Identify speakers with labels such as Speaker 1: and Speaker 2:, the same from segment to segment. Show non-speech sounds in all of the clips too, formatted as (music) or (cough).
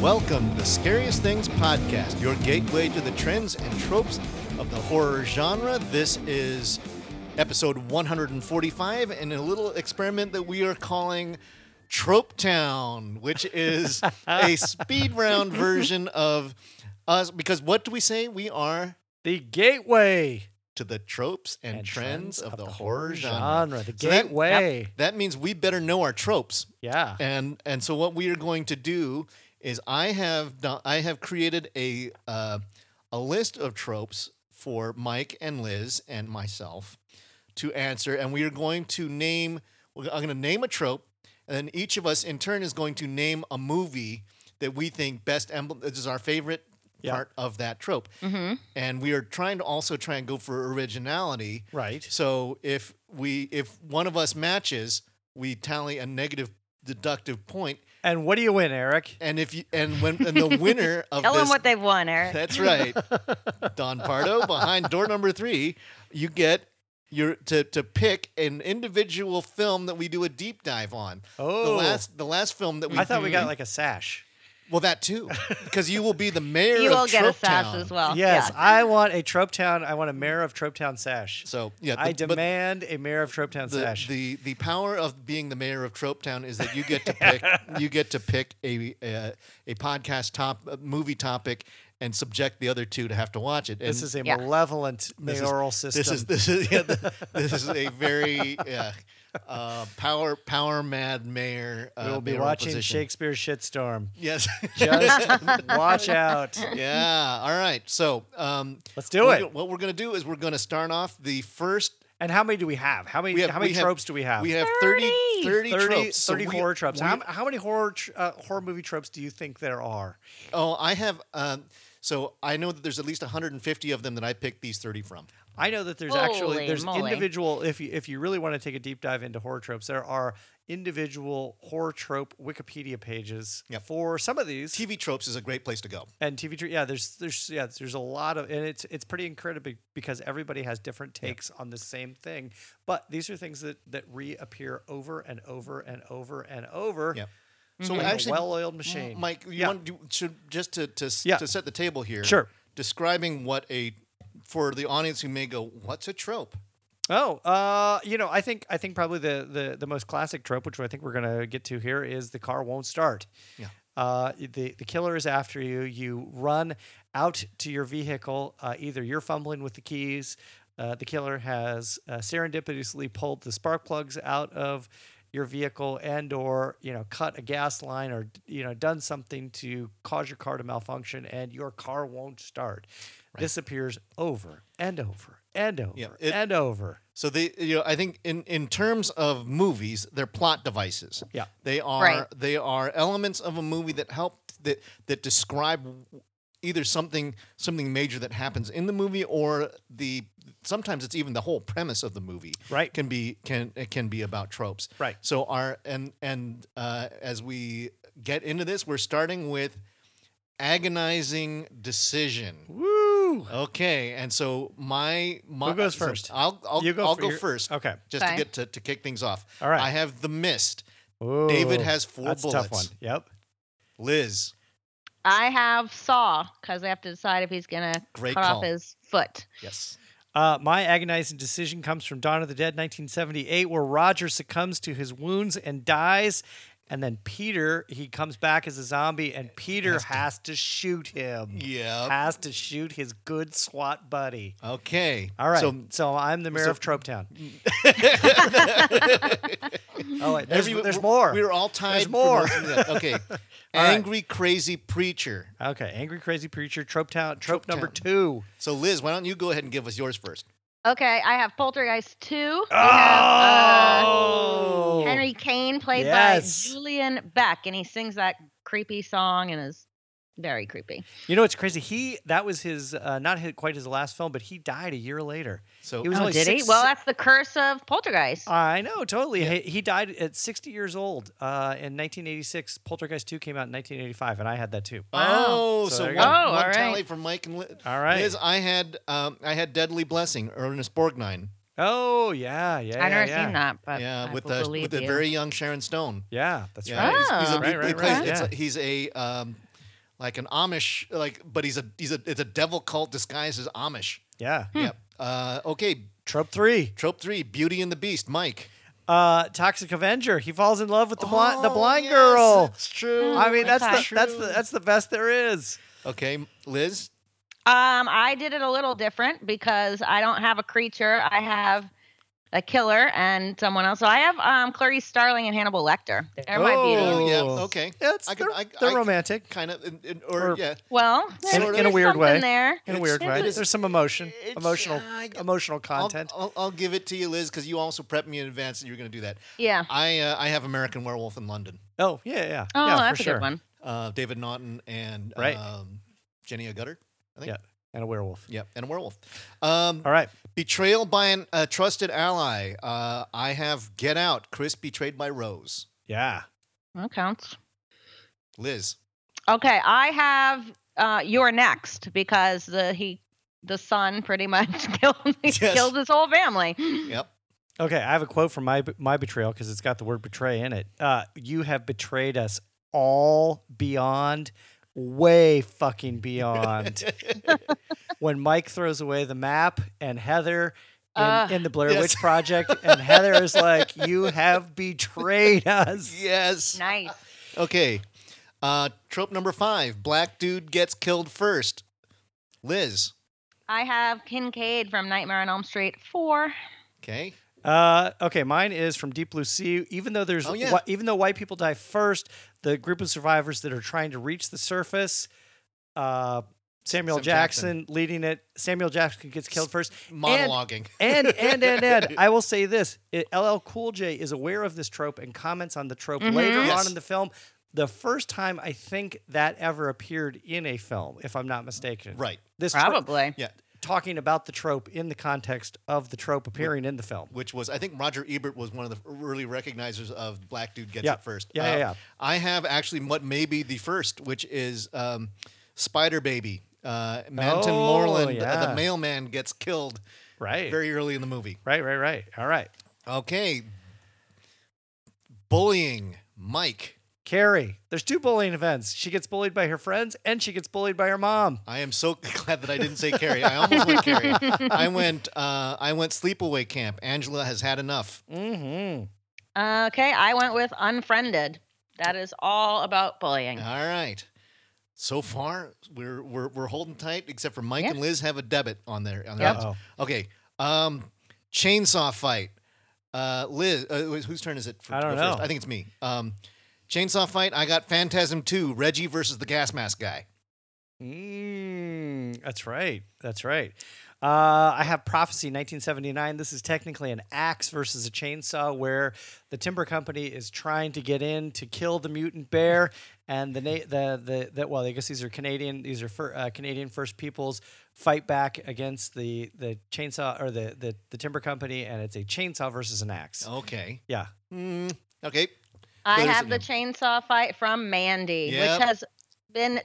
Speaker 1: Welcome to the Scariest Things Podcast, your gateway to the trends and tropes of the horror genre. This is episode 145 and a little experiment that we are calling Trope Town, which (laughs) is a speed round version of us. Because what do we say? We are
Speaker 2: The gateway.
Speaker 1: to the tropes and, trends, of, the, horror genre.
Speaker 2: The
Speaker 1: So that-
Speaker 2: gateway.
Speaker 1: that means we better know our tropes.
Speaker 2: yeah.
Speaker 1: and and so what we are going to do is I have do- I have created a uh, a list of tropes for Mike and Liz and myself to answer, and we are going to name. we're- I'm going to name a trope, and then each of us in turn is going to name a movie that we think best emblem. This is our favorite
Speaker 2: Yeah.
Speaker 1: part of that trope,
Speaker 3: Mm-hmm.
Speaker 1: and we are trying to also try and go for originality.
Speaker 2: Right.
Speaker 1: So if we if one of us matches, we tally a negative deductive point,
Speaker 2: And what do you win, Eric?
Speaker 1: and if you and when and
Speaker 3: (laughs)
Speaker 1: the winner of
Speaker 3: Tell
Speaker 1: this,
Speaker 3: them what they've won, Eric.
Speaker 1: that's right,
Speaker 3: (laughs)
Speaker 1: Don Pardo behind door number three, you get your to to pick an individual film that we do a deep dive on. the
Speaker 2: Oh.
Speaker 1: last the last film that we
Speaker 2: I thought we got like a sash.
Speaker 1: well that too because you will be
Speaker 3: (laughs)
Speaker 1: the mayor.
Speaker 3: You
Speaker 1: of
Speaker 3: will get a
Speaker 1: Trope
Speaker 3: sass
Speaker 1: Town.
Speaker 3: as well.
Speaker 2: yes,
Speaker 3: Uh, Yeah.
Speaker 2: I want a Trope Town. I want a mayor of Trope Town sash.
Speaker 1: So yeah,
Speaker 2: I
Speaker 1: the- but-
Speaker 2: demand a mayor of Trope Town
Speaker 1: the,
Speaker 2: sash.
Speaker 1: the the power of being the mayor of Tropetown is that you get
Speaker 2: (laughs)
Speaker 1: to pick you get to pick a a, a podcast top a movie topic and subject the other two to have to watch it. And
Speaker 2: this is a
Speaker 3: Yeah.
Speaker 2: malevolent
Speaker 1: this is-
Speaker 2: mayoral system.
Speaker 1: This is this is
Speaker 2: (laughs)
Speaker 1: yeah, th- this is a very yeah, uh, power power mad mayor. Uh,
Speaker 2: we will be
Speaker 1: mayoral
Speaker 2: watching
Speaker 1: position.
Speaker 2: Shakespeare's
Speaker 3: (laughs)
Speaker 2: shitstorm.
Speaker 1: Yes.
Speaker 2: (laughs)
Speaker 1: (laughs)
Speaker 2: Just watch out.
Speaker 1: yeah. All right. So um,
Speaker 2: Let's do
Speaker 1: we're
Speaker 2: it.
Speaker 1: go- What we're gonna do is we're gonna start off the first.
Speaker 2: And how many do we have? How many?
Speaker 1: We have,
Speaker 2: how many
Speaker 1: we have-
Speaker 2: tropes do we have?
Speaker 1: We have 30, 30,
Speaker 3: 30.
Speaker 2: 30,
Speaker 1: tropes. So
Speaker 2: 30
Speaker 1: we-
Speaker 2: horror tropes.
Speaker 1: we-
Speaker 2: how, how many horror tr- uh, horror movie tropes do you think there are?
Speaker 1: Oh, I have. Um, so I know that there's at least 150 of them that I picked these 30 from.
Speaker 2: I know that there's actually
Speaker 3: Holy
Speaker 2: there's
Speaker 3: moly.
Speaker 2: individual if you if you really want to take a deep dive into horror tropes, there are individual horror trope Wikipedia pages
Speaker 1: Yep.
Speaker 2: for some of these.
Speaker 1: TV tropes is a great place to go.
Speaker 2: and TV tro- yeah, there's there's yeah, there's a lot of and it's it's pretty incredible because everybody has different takes on the same thing. But these are things that that reappear over and over and over and over.
Speaker 1: Yep. Mhm.
Speaker 2: So actually
Speaker 1: actually,
Speaker 2: Mm-hmm. a well-oiled machine.
Speaker 1: Mike, you want to, should just to to, s-
Speaker 2: Yeah.
Speaker 1: to set the table here.
Speaker 2: Sure.
Speaker 1: Describing what a for the audience who may go, what's a trope?
Speaker 2: Oh, uh, you know, I think I think probably the, the the most classic trope, which I think we're gonna get to here, is the car won't start.
Speaker 1: Yeah.
Speaker 2: Uh, the the killer is after you. You run out to your vehicle. Uh, either you're fumbling with the keys. Uh, the killer has uh, serendipitously pulled the spark plugs out of your vehicle and or you know cut a gas line or you know done something to cause your car to malfunction and your car won't start this appears over and over and over
Speaker 1: Yeah, it-
Speaker 2: and over
Speaker 1: So they, you know, I think in in terms of movies, they're plot devices.
Speaker 2: Yeah.
Speaker 1: They are
Speaker 3: Right.
Speaker 1: they are elements of a movie that help that that describe either something something major that happens in the movie or the sometimes it's even the whole premise of the movie
Speaker 2: Right.
Speaker 1: can be can it can be about tropes
Speaker 2: Right.
Speaker 1: so our and and uh, as we get into this we're starting with agonizing decision
Speaker 2: Woo!
Speaker 1: Okay, and so my, my
Speaker 2: Who goes
Speaker 1: so
Speaker 2: first?
Speaker 1: I'll I'll
Speaker 2: You go
Speaker 1: I'll
Speaker 2: for
Speaker 1: go
Speaker 2: your-
Speaker 1: first.
Speaker 2: okay.
Speaker 1: just to
Speaker 3: Fine.
Speaker 1: get to, to kick things off.
Speaker 2: All right.
Speaker 1: I have the mist. David has four
Speaker 2: that's
Speaker 1: bullets.
Speaker 2: A tough one. Yep.
Speaker 1: Liz,
Speaker 3: I have Saw because I have to decide if he's gonna
Speaker 1: Great
Speaker 3: cut
Speaker 1: call.
Speaker 3: off his foot.
Speaker 1: yes,
Speaker 2: Uh, my agonizing decision comes from Dawn of the Dead, 1978, where Roger succumbs to his wounds and dies, and then Peter he comes back as a zombie, and Peter has to, shoot him.
Speaker 1: Yep.
Speaker 2: Has to shoot his good SWAT buddy.
Speaker 1: okay,
Speaker 2: All right. So,
Speaker 1: So
Speaker 2: I'm the mayor
Speaker 1: so-
Speaker 2: of
Speaker 1: (laughs)
Speaker 2: Tropetown. oh wait, there's,
Speaker 1: every-
Speaker 2: there's
Speaker 1: we're-
Speaker 2: more.
Speaker 1: We were all tied. for
Speaker 2: more.
Speaker 1: most of that.
Speaker 2: (laughs)
Speaker 1: Okay, angry crazy preacher.
Speaker 2: okay, angry crazy preacher, Tropetown, trope number
Speaker 1: Tropetown.
Speaker 2: two.
Speaker 1: So Liz, why don't you go ahead and give us yours first?
Speaker 3: Okay, I have Poltergeist two. We have,
Speaker 2: Oh.
Speaker 3: uh, Henry Kane played
Speaker 2: Yes.
Speaker 3: by Julian Beck, and he sings that creepy song and is very creepy.
Speaker 2: You know it's crazy. He that was his uh, not his, quite his last film, but he died a year later.
Speaker 1: So
Speaker 2: He was
Speaker 3: Oh,
Speaker 2: only
Speaker 3: did he?
Speaker 2: six-
Speaker 3: Well, that's the curse of
Speaker 1: Uh,
Speaker 3: Poltergeist.
Speaker 2: I know totally. He, he died at 60 years old uh, in 1986. Poltergeist 2 came out in 1985, and I had that too.
Speaker 1: Oh,
Speaker 2: Wow. So
Speaker 1: so,
Speaker 2: there
Speaker 1: one
Speaker 2: you go.
Speaker 3: Oh,
Speaker 1: one
Speaker 3: all right.
Speaker 1: tally for Mike and Liz.
Speaker 2: All right.
Speaker 1: Liz, I had um, I had Deadly Blessing, Ernest Borgnine.
Speaker 2: Oh yeah, yeah.
Speaker 3: I've never
Speaker 2: yeah.
Speaker 3: seen that, but
Speaker 1: yeah,
Speaker 3: I
Speaker 1: with
Speaker 3: will
Speaker 1: the
Speaker 3: believe
Speaker 1: with the
Speaker 3: you.
Speaker 1: very young Sharon Stone.
Speaker 2: Yeah, that's
Speaker 1: Yeah,
Speaker 2: right.
Speaker 1: he's, he's a,
Speaker 3: Oh.
Speaker 1: he,
Speaker 2: Right,
Speaker 1: he
Speaker 2: right,
Speaker 1: plays.
Speaker 2: right.
Speaker 1: It's
Speaker 2: Yeah.
Speaker 1: a, he's a um, like an Amish, like but he's a he's a it's a devil cult disguised as Amish.
Speaker 2: Yeah.
Speaker 1: Yep. Uh, okay,
Speaker 2: Trope three.
Speaker 1: trope three: Beauty and the Beast. Mike,
Speaker 2: Uh, Toxic Avenger. He falls in love with the blind the
Speaker 1: Oh,
Speaker 2: blind
Speaker 1: yes,
Speaker 2: girl.
Speaker 1: It's true.
Speaker 3: Oh
Speaker 2: I mean, that's the
Speaker 3: Okay.
Speaker 2: that's the that's the best there is.
Speaker 1: okay, Liz.
Speaker 3: Um, I did it a little different because I don't have a creature. I have a killer and someone else. So I have um, Clarice Starling and Hannibal Lecter. They're my
Speaker 2: Oh.
Speaker 3: Beatles.
Speaker 1: Yeah. Okay.
Speaker 2: Yeah, it's,
Speaker 1: I could-
Speaker 2: they're,
Speaker 1: I-
Speaker 2: they're
Speaker 1: I-
Speaker 2: romantic
Speaker 1: Kind of, in, in, or,
Speaker 2: Or-
Speaker 1: yeah.
Speaker 3: Well,
Speaker 1: In-
Speaker 3: there's-
Speaker 1: in a
Speaker 3: there's
Speaker 2: weird way.
Speaker 3: something There.
Speaker 2: in a
Speaker 1: It's-
Speaker 2: weird way.
Speaker 1: it is-
Speaker 2: There's some emotion,
Speaker 1: it's-
Speaker 2: emotional,
Speaker 1: I-
Speaker 2: emotional
Speaker 1: I'll,
Speaker 2: content.
Speaker 1: I'll, I'll give it to you, Liz, because you also prepped me in advance that you were going to do that.
Speaker 3: Yeah.
Speaker 1: I uh, I have American Werewolf in London.
Speaker 2: oh yeah, yeah.
Speaker 3: Oh,
Speaker 2: yeah,
Speaker 3: that's
Speaker 2: for
Speaker 3: a
Speaker 2: sure.
Speaker 3: good one.
Speaker 1: Uh, David Naughton and
Speaker 2: Right.
Speaker 1: um, Jenny Gutter.
Speaker 2: And a werewolf.
Speaker 1: Yep, and a werewolf. Um,
Speaker 2: All right.
Speaker 1: Betrayal by an, a trusted ally. Uh, I have Get Out. Chris betrayed by Rose.
Speaker 2: Yeah.
Speaker 3: That counts.
Speaker 2: (laughs)
Speaker 1: Liz.
Speaker 3: Okay, I have uh, you're next because the he the son pretty much (laughs) killed
Speaker 1: Yes.
Speaker 3: killed his whole family.
Speaker 1: Yep.
Speaker 2: Okay, I have a quote from my my betrayal because it's got the word betray in it. Uh, you have betrayed us all beyond, way fucking (laughs) beyond. when Mike throws away the map and Heather in,
Speaker 3: Ah.
Speaker 2: in the Blair
Speaker 1: Yes.
Speaker 2: Witch Project, and Heather is like, "You have (laughs) betrayed us."
Speaker 1: yes.
Speaker 3: Nice.
Speaker 1: Okay. Uh, trope number five. Black dude gets killed first. Liz.
Speaker 3: I have Kincaid from Nightmare on Elm Street four.
Speaker 1: Okay.
Speaker 2: Uh, okay, mine is from Deep Blue Sea. Even though there's,
Speaker 1: Oh, yeah.
Speaker 2: whi- even though white people die first, the group of survivors that are trying to reach the surface, uh, Samuel
Speaker 1: Sam
Speaker 2: Jackson,
Speaker 1: Jackson.
Speaker 2: leading it. Samuel Jackson gets killed first.
Speaker 1: Monologuing.
Speaker 2: And and and and
Speaker 1: (laughs)
Speaker 2: I will say this: it, LL Cool J is aware of this trope and comments on the trope
Speaker 3: Mhm.
Speaker 2: later on
Speaker 1: Yes.
Speaker 2: in the film. The first time I think that ever appeared in a film, if I'm not mistaken.
Speaker 1: right.
Speaker 2: This trope,
Speaker 3: Probably.
Speaker 1: Yeah.
Speaker 2: talking about the trope in the context of the trope appearing in the film.
Speaker 1: Which was, I think Roger Ebert was one of the early recognizers of Black Dude Gets
Speaker 2: Yeah.
Speaker 1: It First. Um,
Speaker 2: Yeah, yeah, yeah.
Speaker 1: I have actually what may be the first, which is um, Spider Baby. Uh, Manton
Speaker 2: Oh,
Speaker 1: Moreland, uh,
Speaker 2: yeah.
Speaker 1: the mailman, gets killed
Speaker 2: Right.
Speaker 1: very early in the movie.
Speaker 2: Right, right, right. All right.
Speaker 1: Okay. Bullying Mike.
Speaker 2: Carrie, there's two bullying events. She gets bullied by her friends and she gets bullied by her mom.
Speaker 1: I am so (laughs) glad that I didn't say Carrie. I almost went Carrie.
Speaker 2: (laughs)
Speaker 1: I went. Uh, I went sleepaway camp. Angela has had enough.
Speaker 2: Mm-hmm.
Speaker 3: Okay, I went with unfriended. That is all about bullying.
Speaker 1: All right. So far, we're we're, we're holding tight, except for Mike
Speaker 3: Yeah.
Speaker 1: and Liz have a debit on their on their
Speaker 3: Yep.
Speaker 1: hands. Okay. Um, chainsaw fight. Uh, Liz, uh, wh- whose turn is it? For,
Speaker 2: I
Speaker 1: to
Speaker 2: don't
Speaker 1: go first?
Speaker 2: know.
Speaker 1: I think it's me. Um, chainsaw fight. I got Phantasm Two. Reggie versus the gas mask guy.
Speaker 2: Mm, that's right. That's right. Uh, I have Prophecy 1979. This is technically an axe versus a chainsaw where the timber company is trying to get in to kill the mutant bear. And the, na- the, the, the well, I guess these are Canadian, these are fir- uh, Canadian First Peoples fight back against the, the chainsaw or the, the, the timber company. And it's a chainsaw versus an axe.
Speaker 1: Okay.
Speaker 2: Yeah.
Speaker 1: Hmm. okay.
Speaker 3: I
Speaker 1: What is
Speaker 3: have
Speaker 1: it
Speaker 3: the chainsaw fight from Mandy,
Speaker 1: Yep.
Speaker 3: which has been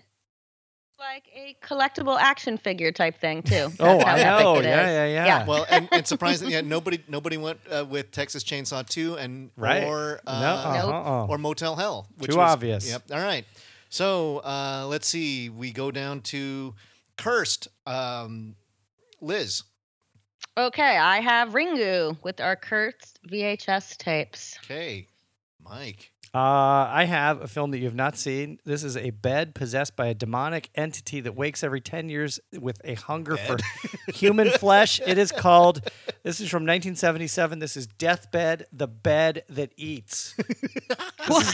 Speaker 3: like a collectible action figure type thing too. (laughs) That's
Speaker 2: Oh,
Speaker 3: how
Speaker 2: I
Speaker 3: epic
Speaker 2: know.
Speaker 3: it
Speaker 2: Yeah,
Speaker 3: is.
Speaker 2: yeah, yeah,
Speaker 3: Yeah.
Speaker 1: Well, and, and surprisingly, yeah, nobody nobody went uh, with Texas Chainsaw Two and
Speaker 2: Right.
Speaker 1: or
Speaker 2: No,
Speaker 1: uh,
Speaker 2: uh-uh,
Speaker 3: Nope.
Speaker 2: uh-uh.
Speaker 1: or Motel Hell.
Speaker 2: Too obvious.
Speaker 1: Yep. All right. So uh, let's see. We go down to Cursed. Um, Liz.
Speaker 3: Okay, I have Ringu with our Kurtz
Speaker 1: (laughs)
Speaker 3: VHS tapes. (laughs)
Speaker 1: Okay. Mike.
Speaker 2: Uh, I have a film that you have not seen. This is a bed possessed by a demonic entity that wakes every 10 years with a hunger for (laughs) human flesh. It is called, this is from 1977. This is Deathbed, the bed that
Speaker 1: (laughs)
Speaker 2: eats.
Speaker 3: What?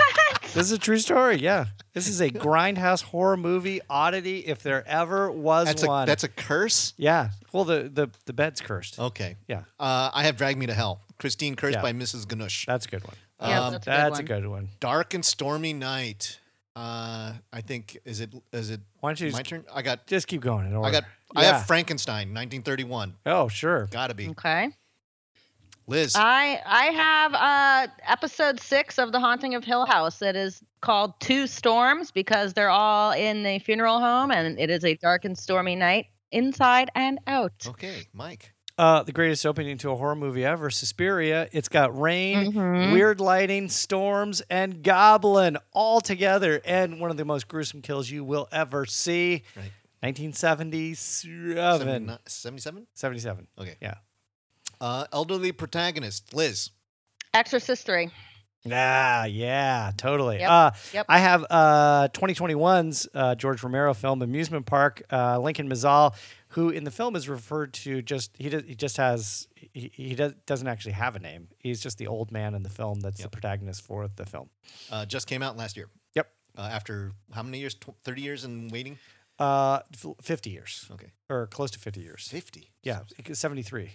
Speaker 2: This is a true story. Yeah. This is a grindhouse horror movie oddity if there ever was
Speaker 1: That's
Speaker 2: one.
Speaker 1: a that's Oh. a curse.
Speaker 2: yeah. Well, the, the, the bed's cursed.
Speaker 1: Okay.
Speaker 2: Yeah.
Speaker 1: Uh, I have Drag Me to Hell. Christine Cursed
Speaker 2: Yeah.
Speaker 1: by Mrs. Ganush.
Speaker 2: That's a good one.
Speaker 3: Yeah,
Speaker 1: Um,
Speaker 3: that's a good
Speaker 2: That's
Speaker 3: one.
Speaker 2: a good one.
Speaker 1: Dark and stormy night. Uh, I think is it is it
Speaker 2: Why don't you
Speaker 1: my
Speaker 2: just,
Speaker 1: turn? I got
Speaker 2: just keep going? In order.
Speaker 1: I got I
Speaker 2: Yeah.
Speaker 1: have Frankenstein 1931.
Speaker 2: oh, sure.
Speaker 1: Gotta be
Speaker 3: Okay.
Speaker 1: Liz.
Speaker 2: Ah.
Speaker 3: I I have uh episode 6 of The Haunting of Hill House that is called Two Storms because they're all in the funeral home and it is a dark and stormy night inside and out.
Speaker 1: okay, Mike.
Speaker 2: Uh, the greatest opening to a horror movie ever, Suspiria. It's got rain,
Speaker 3: Mhm.
Speaker 2: weird lighting, storms, and goblin all together, and one of the most gruesome kills you will ever see.
Speaker 1: Right.
Speaker 2: 1977.
Speaker 1: 77?
Speaker 2: 77.
Speaker 1: Okay.
Speaker 2: Yeah.
Speaker 1: Uh, elderly protagonist, Liz.
Speaker 3: Exorcist 3.
Speaker 2: Ah, yeah, totally.
Speaker 3: Yep,
Speaker 2: Uh,
Speaker 3: yep.
Speaker 2: I have uh, 2021's uh, George Romero film Amusement Park. Uh, Lincoln Mazal, who in the film is referred to just he does, he just has he, he does, doesn't actually have a name. He's just the old man in the film that's the
Speaker 1: Yep.
Speaker 2: protagonist for the film.
Speaker 1: Uh, just came out last year.
Speaker 2: Yep.
Speaker 1: Uh, after how many years? Tw- 30 years and waiting?
Speaker 2: Uh, f- 50 years
Speaker 1: Okay.
Speaker 2: or close to 50 years.
Speaker 1: 50.
Speaker 2: Yeah, 73.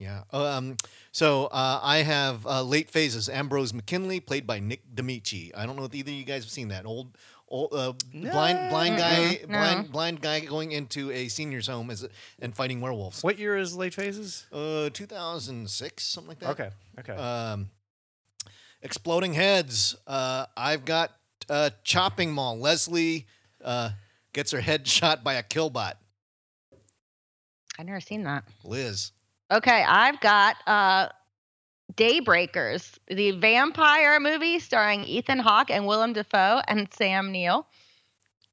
Speaker 1: Yeah. Um, so uh, I have uh, late phases. Ambrose McKinley, played by Nick D'Amici. I don't know if either of you guys have seen that old, old uh, blind blind guy,
Speaker 3: Mm-mm. No.
Speaker 1: blind blind guy going into a senior's home as a, and fighting werewolves.
Speaker 2: What year is Late Phases?
Speaker 1: Uh, 2006, something like that.
Speaker 2: Okay. Okay.
Speaker 1: Um, exploding heads. Uh, I've got uh, chopping mall. Leslie uh, gets her head (laughs) shot by a killbot.
Speaker 3: I've never seen that.
Speaker 1: Liz.
Speaker 3: Okay, I've got uh Daybreakers, the vampire movie starring Ethan Hawke and Willem Dafoe and Sam Neill.
Speaker 1: Uh,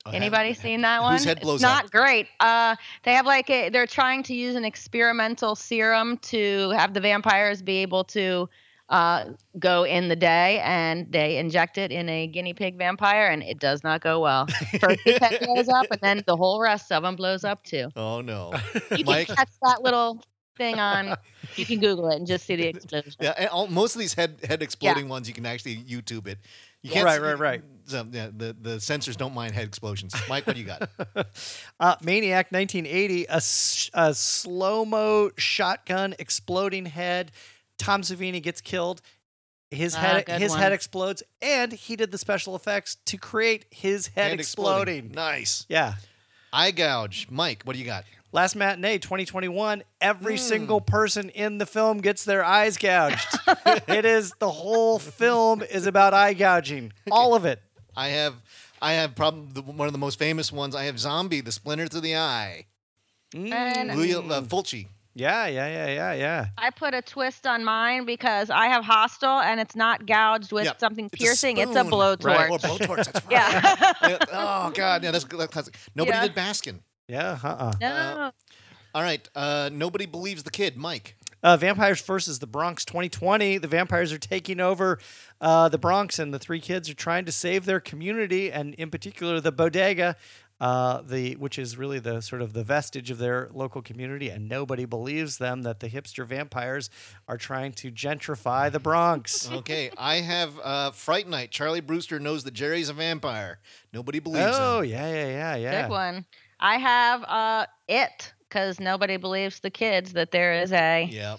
Speaker 3: Oh, Anybody
Speaker 1: have-
Speaker 3: seen that
Speaker 1: whose
Speaker 3: one?
Speaker 1: head blows
Speaker 3: it's not
Speaker 1: up?
Speaker 3: great. Uh, they have like a, they're trying to use an experimental serum to have the vampires be able to uh, go in the day, and they inject it in a guinea pig vampire, and it does not go well. First his head blows up, and then the whole rest of them blows up too.
Speaker 1: (laughs) Oh
Speaker 2: (laughs)
Speaker 1: no.
Speaker 3: You
Speaker 1: Mike?
Speaker 3: can catch that little thing on. You can Google it and just see the explosion.
Speaker 1: (laughs) Yeah, and all, most of these head head exploding ones you can actually YouTube it. You
Speaker 2: Yeah. Right,
Speaker 1: see-
Speaker 2: right, right.
Speaker 1: So, yeah, the the sensors don't mind head explosions. Mike, what do you got?
Speaker 2: Uh, Maniac 1980, a, s- a slow mo shotgun exploding head. Tom Savini gets killed. His
Speaker 3: Ah,
Speaker 2: head
Speaker 3: good
Speaker 2: his
Speaker 3: one.
Speaker 2: head explodes, and he did the special effects to create his (laughs) head, exploding.
Speaker 1: Nice.
Speaker 2: Yeah.
Speaker 1: Eye gouge. Mike, what do you got?
Speaker 2: Last matinee 2021, every single person in the film gets their eyes gouged. it is the whole film is about eye gouging. All of it.
Speaker 1: I have I have probably the, one of the most famous ones. I have zombie, the splinter through the eye.
Speaker 3: And-
Speaker 1: Leo, uh, Fulci.
Speaker 2: Mm. Yeah, yeah, yeah, yeah, yeah.
Speaker 3: I put a twist on mine because I have hostile and it's not gouged with
Speaker 1: Yeah,
Speaker 3: something
Speaker 1: it's a
Speaker 3: piercing. it's a
Speaker 1: spoon.
Speaker 3: blowtorch.
Speaker 2: Right.
Speaker 1: Or Oh, blowtorch. That's
Speaker 2: (laughs)
Speaker 1: right.
Speaker 3: Yeah.
Speaker 1: Yeah, oh God, yeah, that's, that's classic. Nobody
Speaker 3: Yeah.
Speaker 1: did Baskin.
Speaker 2: Yeah, uh-uh.
Speaker 1: Oh,
Speaker 3: no.
Speaker 1: All right, uh, nobody believes the kid, Mike.
Speaker 2: Uh, Vampires versus the Bronx 2020. The vampires are taking over uh, the Bronx, and the three kids are trying to save their community, and in particular the bodega, uh, the which is really the sort of the vestige of their local community. And nobody believes them that the hipster vampires are trying to gentrify the Bronx.
Speaker 1: Okay, I have uh, Fright Night. Charlie Brewster knows that Jerry's a vampire. Nobody believes
Speaker 2: oh
Speaker 1: him.
Speaker 2: yeah, yeah, yeah, yeah.
Speaker 3: Good one. I have uh it because nobody believes the kids that there is a
Speaker 1: Yeah,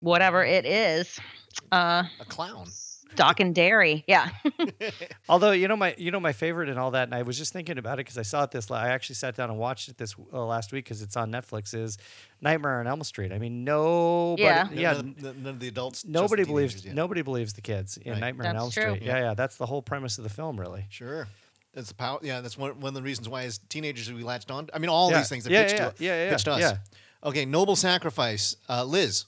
Speaker 3: whatever it is. Uh
Speaker 1: a clown.
Speaker 3: stock and dairy. Yeah.
Speaker 2: Although you know my you know my favorite and all that, and I was just thinking about it because I saw it this. la- I actually sat down and watched it this uh, last week because it's on Netflix. Is Nightmare on Elm Street? I mean, nobody.
Speaker 3: Yeah.
Speaker 1: None
Speaker 2: yeah
Speaker 1: of the- none of the adults. just
Speaker 2: nobody
Speaker 1: the
Speaker 2: believes
Speaker 1: teenagers, yeah.
Speaker 2: nobody believes the kids in
Speaker 1: Right.
Speaker 2: Nightmare on
Speaker 3: That's
Speaker 2: Elm
Speaker 3: true.
Speaker 2: Street. Yeah. yeah, that's the whole premise of the film, really.
Speaker 1: Sure, that's the power. Yeah, that's one, one of the reasons why as teenagers we latched on. I mean, all
Speaker 2: yeah.
Speaker 1: these things that
Speaker 2: yeah,
Speaker 1: pitched
Speaker 2: yeah,
Speaker 1: to
Speaker 2: yeah, yeah, yeah,
Speaker 1: pitched to us.
Speaker 2: yeah.
Speaker 1: Okay, noble sacrifice. Uh, Liz.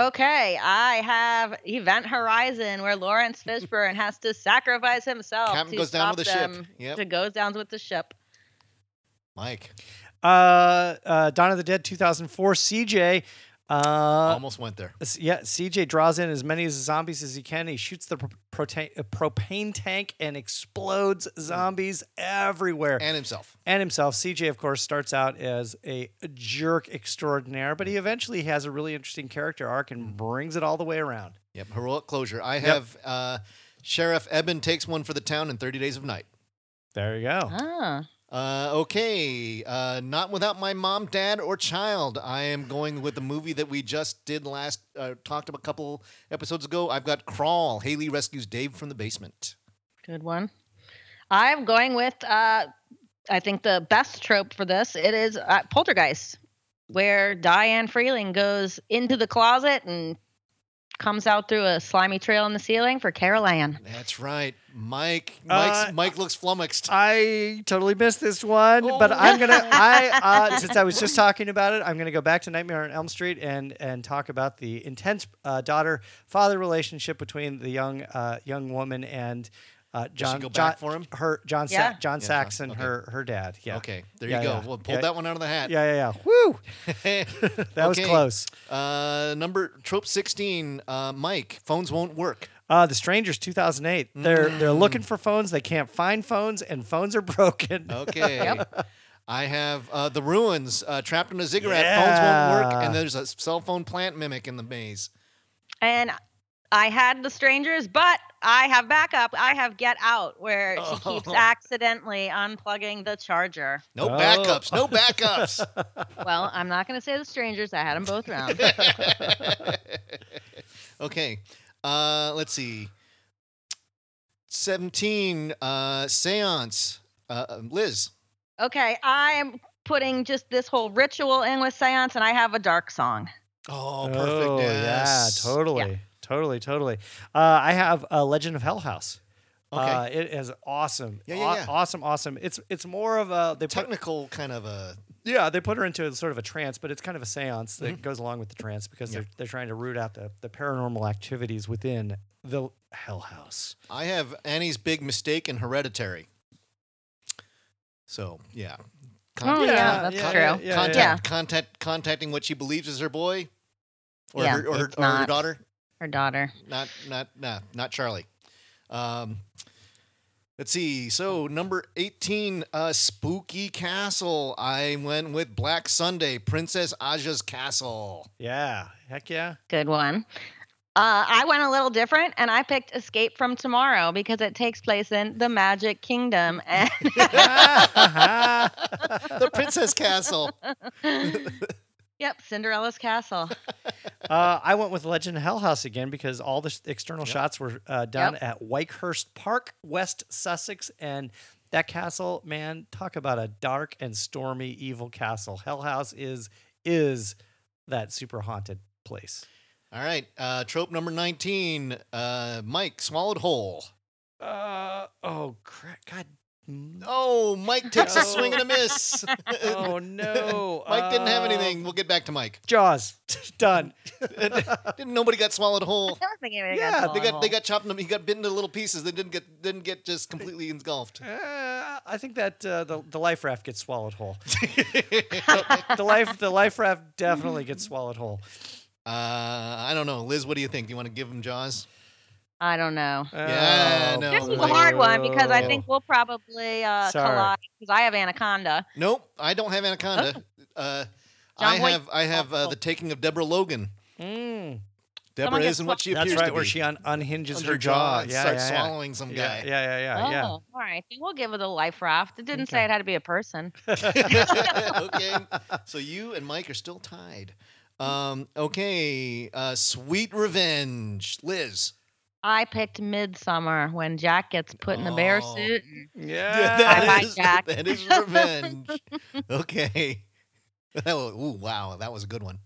Speaker 3: Okay. I have Event Horizon where
Speaker 1: (laughs)
Speaker 3: Lawrence Fishburne has to sacrifice himself.
Speaker 1: Captain
Speaker 3: to
Speaker 1: goes down with
Speaker 3: stop
Speaker 1: the ship.
Speaker 3: them.
Speaker 1: Yep.
Speaker 3: To goes down with the ship.
Speaker 1: Mike.
Speaker 2: Uh, uh, Dawn of the Dead, two thousand four. CJ. Uh,
Speaker 1: Almost went there.
Speaker 2: S- Yeah, CJ draws in as many zombies as he can. He shoots the pro- protein, uh, propane tank and explodes
Speaker 1: Mm.
Speaker 2: zombies everywhere. And,
Speaker 1: And himself.
Speaker 2: himself, CJ, of course, starts out as a jerk extraordinaire, but he eventually has a really interesting character arc and brings it all the way around.
Speaker 1: Yep. Heroic closure. I have uh, Sheriff Eben takes one for the town in 30 Days of Night.
Speaker 2: There you go.
Speaker 3: Ah.
Speaker 1: Uh, okay. Uh, not without my mom, dad, or child. I am going with the movie that we just did last, uh, talked about a couple episodes ago. I've got Crawl. Haley rescues Dave from the basement.
Speaker 3: Good one. I'm going with uh, I think the best trope for this. It is uh, Poltergeist, where Diane Freeling goes into the closet and comes out through a slimy trail in the ceiling for Carol Ann.
Speaker 1: That's right, Mike.
Speaker 2: Uh,
Speaker 1: Mike's, Mike looks flummoxed.
Speaker 2: I totally missed this one, but
Speaker 1: Oh.
Speaker 2: I'm gonna. I uh, since I was just talking about it, I'm gonna go back to Nightmare on Elm Street and and talk about the intense uh, daughter father relationship between the young uh, young woman and uh, John.
Speaker 1: go back
Speaker 2: John-
Speaker 1: for him?
Speaker 2: Her John Sa-
Speaker 3: Yeah.
Speaker 2: John
Speaker 1: Yeah,
Speaker 2: Sachs
Speaker 1: John-
Speaker 2: and
Speaker 1: okay.
Speaker 2: her her dad. Yeah.
Speaker 1: Okay, there
Speaker 2: Yeah,
Speaker 1: you go.
Speaker 2: yeah.
Speaker 1: Well, pulled
Speaker 2: Yeah.
Speaker 1: that one out of the hat. (laughs)
Speaker 2: Yeah, yeah, yeah. Woo! That was
Speaker 1: Okay.
Speaker 2: close.
Speaker 1: Uh, number trope sixteen. Uh, Mike, phones won't work.
Speaker 2: Uh, the Strangers, 2008. They're
Speaker 1: Mm.
Speaker 2: they're looking for phones. They can't find phones, and phones are (laughs) broken.
Speaker 1: Okay. I have uh, the ruins uh, trapped in a ziggurat. Phones won't work, and
Speaker 2: Yeah.
Speaker 1: there's a cell phone plant mimic in the maze.
Speaker 3: And I had the strangers, but I have backup. I have Get Out, where she keeps
Speaker 1: Oh.
Speaker 3: accidentally unplugging the charger.
Speaker 1: No
Speaker 2: Oh.
Speaker 1: backups.
Speaker 2: (laughs)
Speaker 1: No backups. (laughs)
Speaker 3: Well, I'm not going to say the strangers. I had them both round.
Speaker 1: okay. Uh, let's see. 17 uh, seance. Uh, Liz.
Speaker 3: Okay, I am putting just this whole ritual in with seance, and I have a dark song.
Speaker 1: Oh, perfect.
Speaker 2: Oh,
Speaker 1: yes.
Speaker 2: Yeah, totally. Totally, totally. Uh, I have uh, Legend of Hell House.
Speaker 1: Okay.
Speaker 2: Uh, it is awesome.
Speaker 1: Yeah, yeah,
Speaker 2: Aw-
Speaker 1: yeah.
Speaker 2: Awesome, awesome. It's it's more of a they put,
Speaker 1: Technical kind of a.
Speaker 2: yeah, they put her into sort of a trance, but it's kind of a seance that goes along with the trance because
Speaker 1: Mm-hmm. Yeah.
Speaker 2: they're they're trying to root out the, the paranormal activities within the Hell House.
Speaker 1: I have Annie's big mistake in hereditary. So, yeah. Con-
Speaker 3: Oh, yeah, that's true.
Speaker 1: contact,
Speaker 3: Yeah.
Speaker 1: contact, contacting what she believes is her boy, or
Speaker 3: Yeah,
Speaker 1: her, or, her,
Speaker 3: it's
Speaker 1: or her
Speaker 3: not.
Speaker 1: daughter.
Speaker 3: Her daughter.
Speaker 1: not not nah, not Charlie. Um, let's see. So number eighteen, uh, Spooky Castle. I went with Black Sunday, Princess Aja's Castle.
Speaker 2: Yeah.
Speaker 1: (laughs)
Speaker 2: Heck yeah.
Speaker 3: Good one. Uh, I went a little different, and I picked Escape from Tomorrow because it takes place in the Magic Kingdom. (laughs) And
Speaker 2: Ah,
Speaker 1: The Princess Castle.
Speaker 3: (laughs) yep, Cinderella's Castle.
Speaker 2: Uh, I went with Legend of Hell House again because all the s- external shots were uh, done at Wykehurst Park, West Sussex, and that castle, man, talk about a dark and stormy, evil castle. Hell House is is that super haunted place.
Speaker 1: All right. Uh, trope number nineteen. Uh, Mike swallowed whole.
Speaker 2: Uh, oh crap!
Speaker 1: (laughs)
Speaker 2: God,
Speaker 1: Oh, Mike takes
Speaker 2: (laughs)
Speaker 1: a
Speaker 2: No.
Speaker 1: swing and a miss.
Speaker 2: oh no! uh,
Speaker 1: Mike didn't have
Speaker 2: Um.
Speaker 1: anything. We'll get back to Mike.
Speaker 2: Jaws (laughs) done.
Speaker 1: Didn't nobody got swallowed
Speaker 2: (laughs)
Speaker 1: whole?
Speaker 3: (laughs) I don't think anybody
Speaker 2: Yeah,
Speaker 3: got
Speaker 1: They
Speaker 3: Solid
Speaker 1: got they
Speaker 3: Hole.
Speaker 1: got chopped. into- He got bitten into little pieces. They didn't get didn't get just completely engulfed.
Speaker 2: (laughs)
Speaker 1: (laughs)
Speaker 2: Uh, I think that uh, the the life raft gets
Speaker 1: (laughs)
Speaker 2: swallowed whole. the, the life the life raft definitely gets swallowed whole.
Speaker 1: Uh, I don't know, Liz. What do you think? Do you want to give him Jaws?
Speaker 3: I don't know.
Speaker 1: Yeah,
Speaker 2: Oh,
Speaker 1: no,
Speaker 3: This is a
Speaker 1: like-
Speaker 3: hard one because I
Speaker 1: Oh.
Speaker 3: think we'll probably uh,
Speaker 2: Sorry.
Speaker 3: collide because I have Anaconda.
Speaker 1: Nope, I don't have
Speaker 2: Oh.
Speaker 1: Anaconda. Uh, I
Speaker 3: John Hoyt.
Speaker 1: have I have uh, the Taking of Deborah Logan.
Speaker 2: Mm.
Speaker 1: Deborah
Speaker 3: Someone gets
Speaker 1: isn't what she
Speaker 2: That's
Speaker 1: Oh. appears
Speaker 2: right,
Speaker 1: to
Speaker 2: where
Speaker 1: be.
Speaker 2: she un- unhinges
Speaker 1: Under
Speaker 2: her jaw.
Speaker 1: and
Speaker 2: Yeah,
Speaker 1: starts
Speaker 2: yeah, yeah.
Speaker 1: swallowing some
Speaker 2: yeah,
Speaker 1: guy.
Speaker 2: yeah, yeah, Uh, yeah,
Speaker 3: Oh, all right. Then we'll give it a life raft. It didn't
Speaker 2: Okay.
Speaker 3: say it had to be a person.
Speaker 1: (laughs) okay, so you and Mike are still tied. Um, okay, uh, Sweet Revenge, Liz.
Speaker 3: I picked Midsummer when Jack gets put in the bear
Speaker 1: Oh.
Speaker 3: suit.
Speaker 2: yeah.
Speaker 3: Bye-bye,
Speaker 1: (laughs) that, is,
Speaker 3: Jack.
Speaker 1: that is revenge. okay. (laughs) Oh, ooh, wow, that was a good one.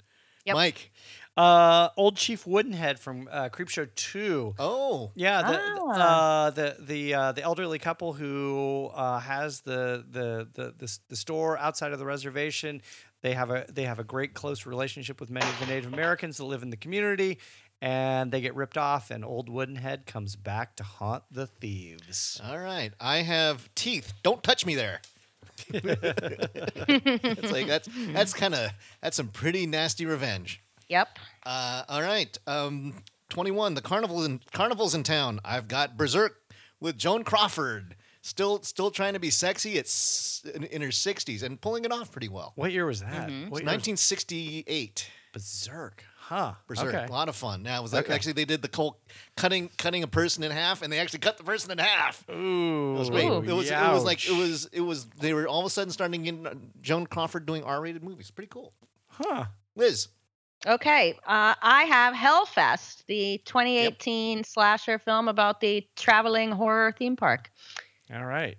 Speaker 3: Yep.
Speaker 1: Mike.
Speaker 2: Uh, old Chief Woodenhead from uh, Creepshow Two.
Speaker 1: Oh,
Speaker 2: Yeah, the
Speaker 3: Ah.
Speaker 2: uh, the the uh, the elderly couple who uh, has the the, the the s- the store outside of the reservation. They have a they have a great close relationship with many of the Native Americans that live in the community, and they get ripped off. And old Woodenhead comes back to haunt the thieves.
Speaker 1: All right. I have teeth. Don't touch me there. (laughs) it's like that's that's kind of that's some pretty nasty revenge.
Speaker 3: Yep.
Speaker 1: Uh, all right. Um, 21 the carnival in carnivals in town. I've got Berserk with Joan Crawford. Still still trying to be sexy it's in, in her 60s and pulling it off pretty well.
Speaker 2: What year was that?
Speaker 1: Mm-hmm.
Speaker 2: What year was
Speaker 1: 1968.
Speaker 2: Berserk, huh?
Speaker 1: Berserk.
Speaker 2: Okay.
Speaker 1: A lot of fun. Now it was like
Speaker 2: Okay.
Speaker 1: actually they did the cold cutting cutting a person in half and they actually cut the person in half.
Speaker 2: Ooh,
Speaker 1: It was great. It was it was like it was it was they were all of a sudden starting in Joan Crawford doing R-rated movies. Pretty cool.
Speaker 2: huh?
Speaker 1: Liz.
Speaker 3: Okay. Uh, I have Hellfest, the
Speaker 1: (laughs)
Speaker 3: 2018 slasher film about the traveling horror theme park.
Speaker 2: All right.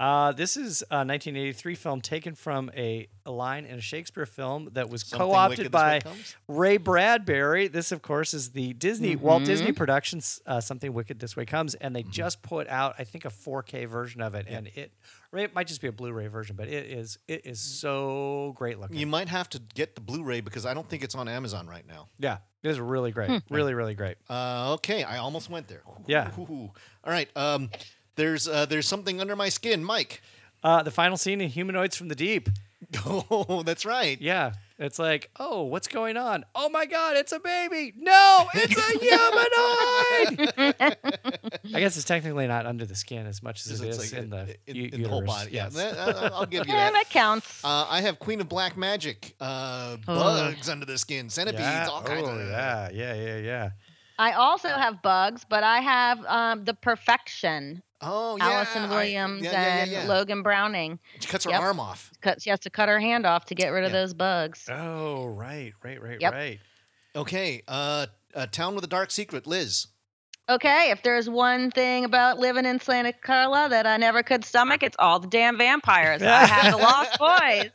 Speaker 2: Uh, this is a 1983 film taken from a, a line in a Shakespeare film that was
Speaker 1: Something wicked
Speaker 2: co-opted
Speaker 1: this
Speaker 2: by
Speaker 1: way comes? Mm-hmm.
Speaker 2: Ray Bradbury. This, of course, is the Disney Walt Disney Productions uh, "Something Wicked This Way Comes," and they just put out, I think, a 4K version of it, and it or it might just be a Blu-ray version, but it is it is
Speaker 1: Mm.
Speaker 2: so great looking.
Speaker 1: You might have to get the Blu-ray because I don't think it's on Amazon right now.
Speaker 2: yeah, it is really great,
Speaker 1: Hmm.
Speaker 2: really really great.
Speaker 1: Uh, okay, I almost went there.
Speaker 2: Yeah.
Speaker 1: (laughs) All right. Um, there's uh, there's something under my skin, Mike. (laughs)
Speaker 2: Uh, the final scene in Humanoids from the Deep.
Speaker 1: Oh, that's right.
Speaker 2: Yeah, it's like, oh, what's going on? Oh my God, it's a baby! No, it's a
Speaker 1: (laughs)
Speaker 2: humanoid. (laughs) I guess it's technically not under the skin as much as
Speaker 1: It's
Speaker 2: it is
Speaker 1: like
Speaker 2: in the
Speaker 1: in,
Speaker 2: u-
Speaker 1: in the whole
Speaker 2: uterus.
Speaker 1: body. Yeah,
Speaker 2: Yes.
Speaker 1: that- I- I'll give you
Speaker 3: Yeah,
Speaker 1: that.
Speaker 3: that counts.
Speaker 1: Uh, I have Queen of Black Magic, uh,
Speaker 3: Oh.
Speaker 1: bugs under the skin, centipedes,
Speaker 2: Yeah.
Speaker 1: all kinds
Speaker 2: oh,
Speaker 1: of
Speaker 2: yeah, yeah, yeah, yeah.
Speaker 3: I also have bugs, but I have um, the perfection.
Speaker 1: Oh yeah,
Speaker 3: Allison
Speaker 1: I-
Speaker 3: Williams
Speaker 1: yeah, yeah,
Speaker 3: and
Speaker 1: yeah, yeah.
Speaker 3: Logan Browning.
Speaker 1: She cuts her
Speaker 3: Yep.
Speaker 1: arm off.
Speaker 3: Cut, she has to cut her hand off to get rid of
Speaker 1: Yeah.
Speaker 3: those bugs.
Speaker 2: Oh, right, right, right,
Speaker 3: Yep.
Speaker 2: right.
Speaker 1: Okay, uh, a town with a dark secret, Liz.
Speaker 3: Okay, if there's one thing about living in Santa Carla that I never could stomach, it's all the damn vampires. I have
Speaker 1: (laughs)
Speaker 3: the Lost Boys.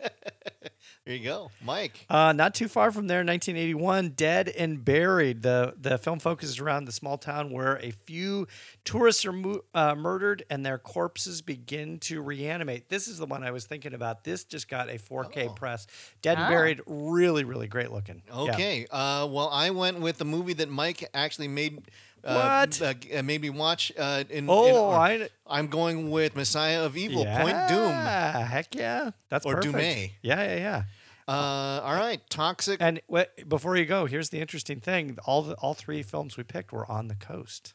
Speaker 1: There you go, Mike.
Speaker 2: Uh, not too far from there, 1981, Dead and Buried. The the film focuses around the small town where a few tourists are mu- uh, murdered and their corpses begin to reanimate. This is the one I was thinking about. This just got a 4K
Speaker 1: Oh.
Speaker 2: press. Dead
Speaker 3: Ah.
Speaker 2: and Buried, really, really great looking. Yeah.
Speaker 1: Okay, uh, well, I went with the movie that Mike actually made. Uh,
Speaker 2: What?
Speaker 1: Uh, g- uh, made me watch. Uh, in, in,
Speaker 2: Oh,
Speaker 1: or-
Speaker 2: I
Speaker 1: I'm going with Messiah of Evil,
Speaker 2: yeah,
Speaker 1: Point Doom.
Speaker 2: Heck yeah, that's
Speaker 1: Or
Speaker 2: perfect.
Speaker 1: Dume.
Speaker 2: Yeah, yeah, yeah.
Speaker 1: Uh, all right, Toxic.
Speaker 2: And wha- before you go, here's the interesting thing: all the, all three films we picked were on the coast.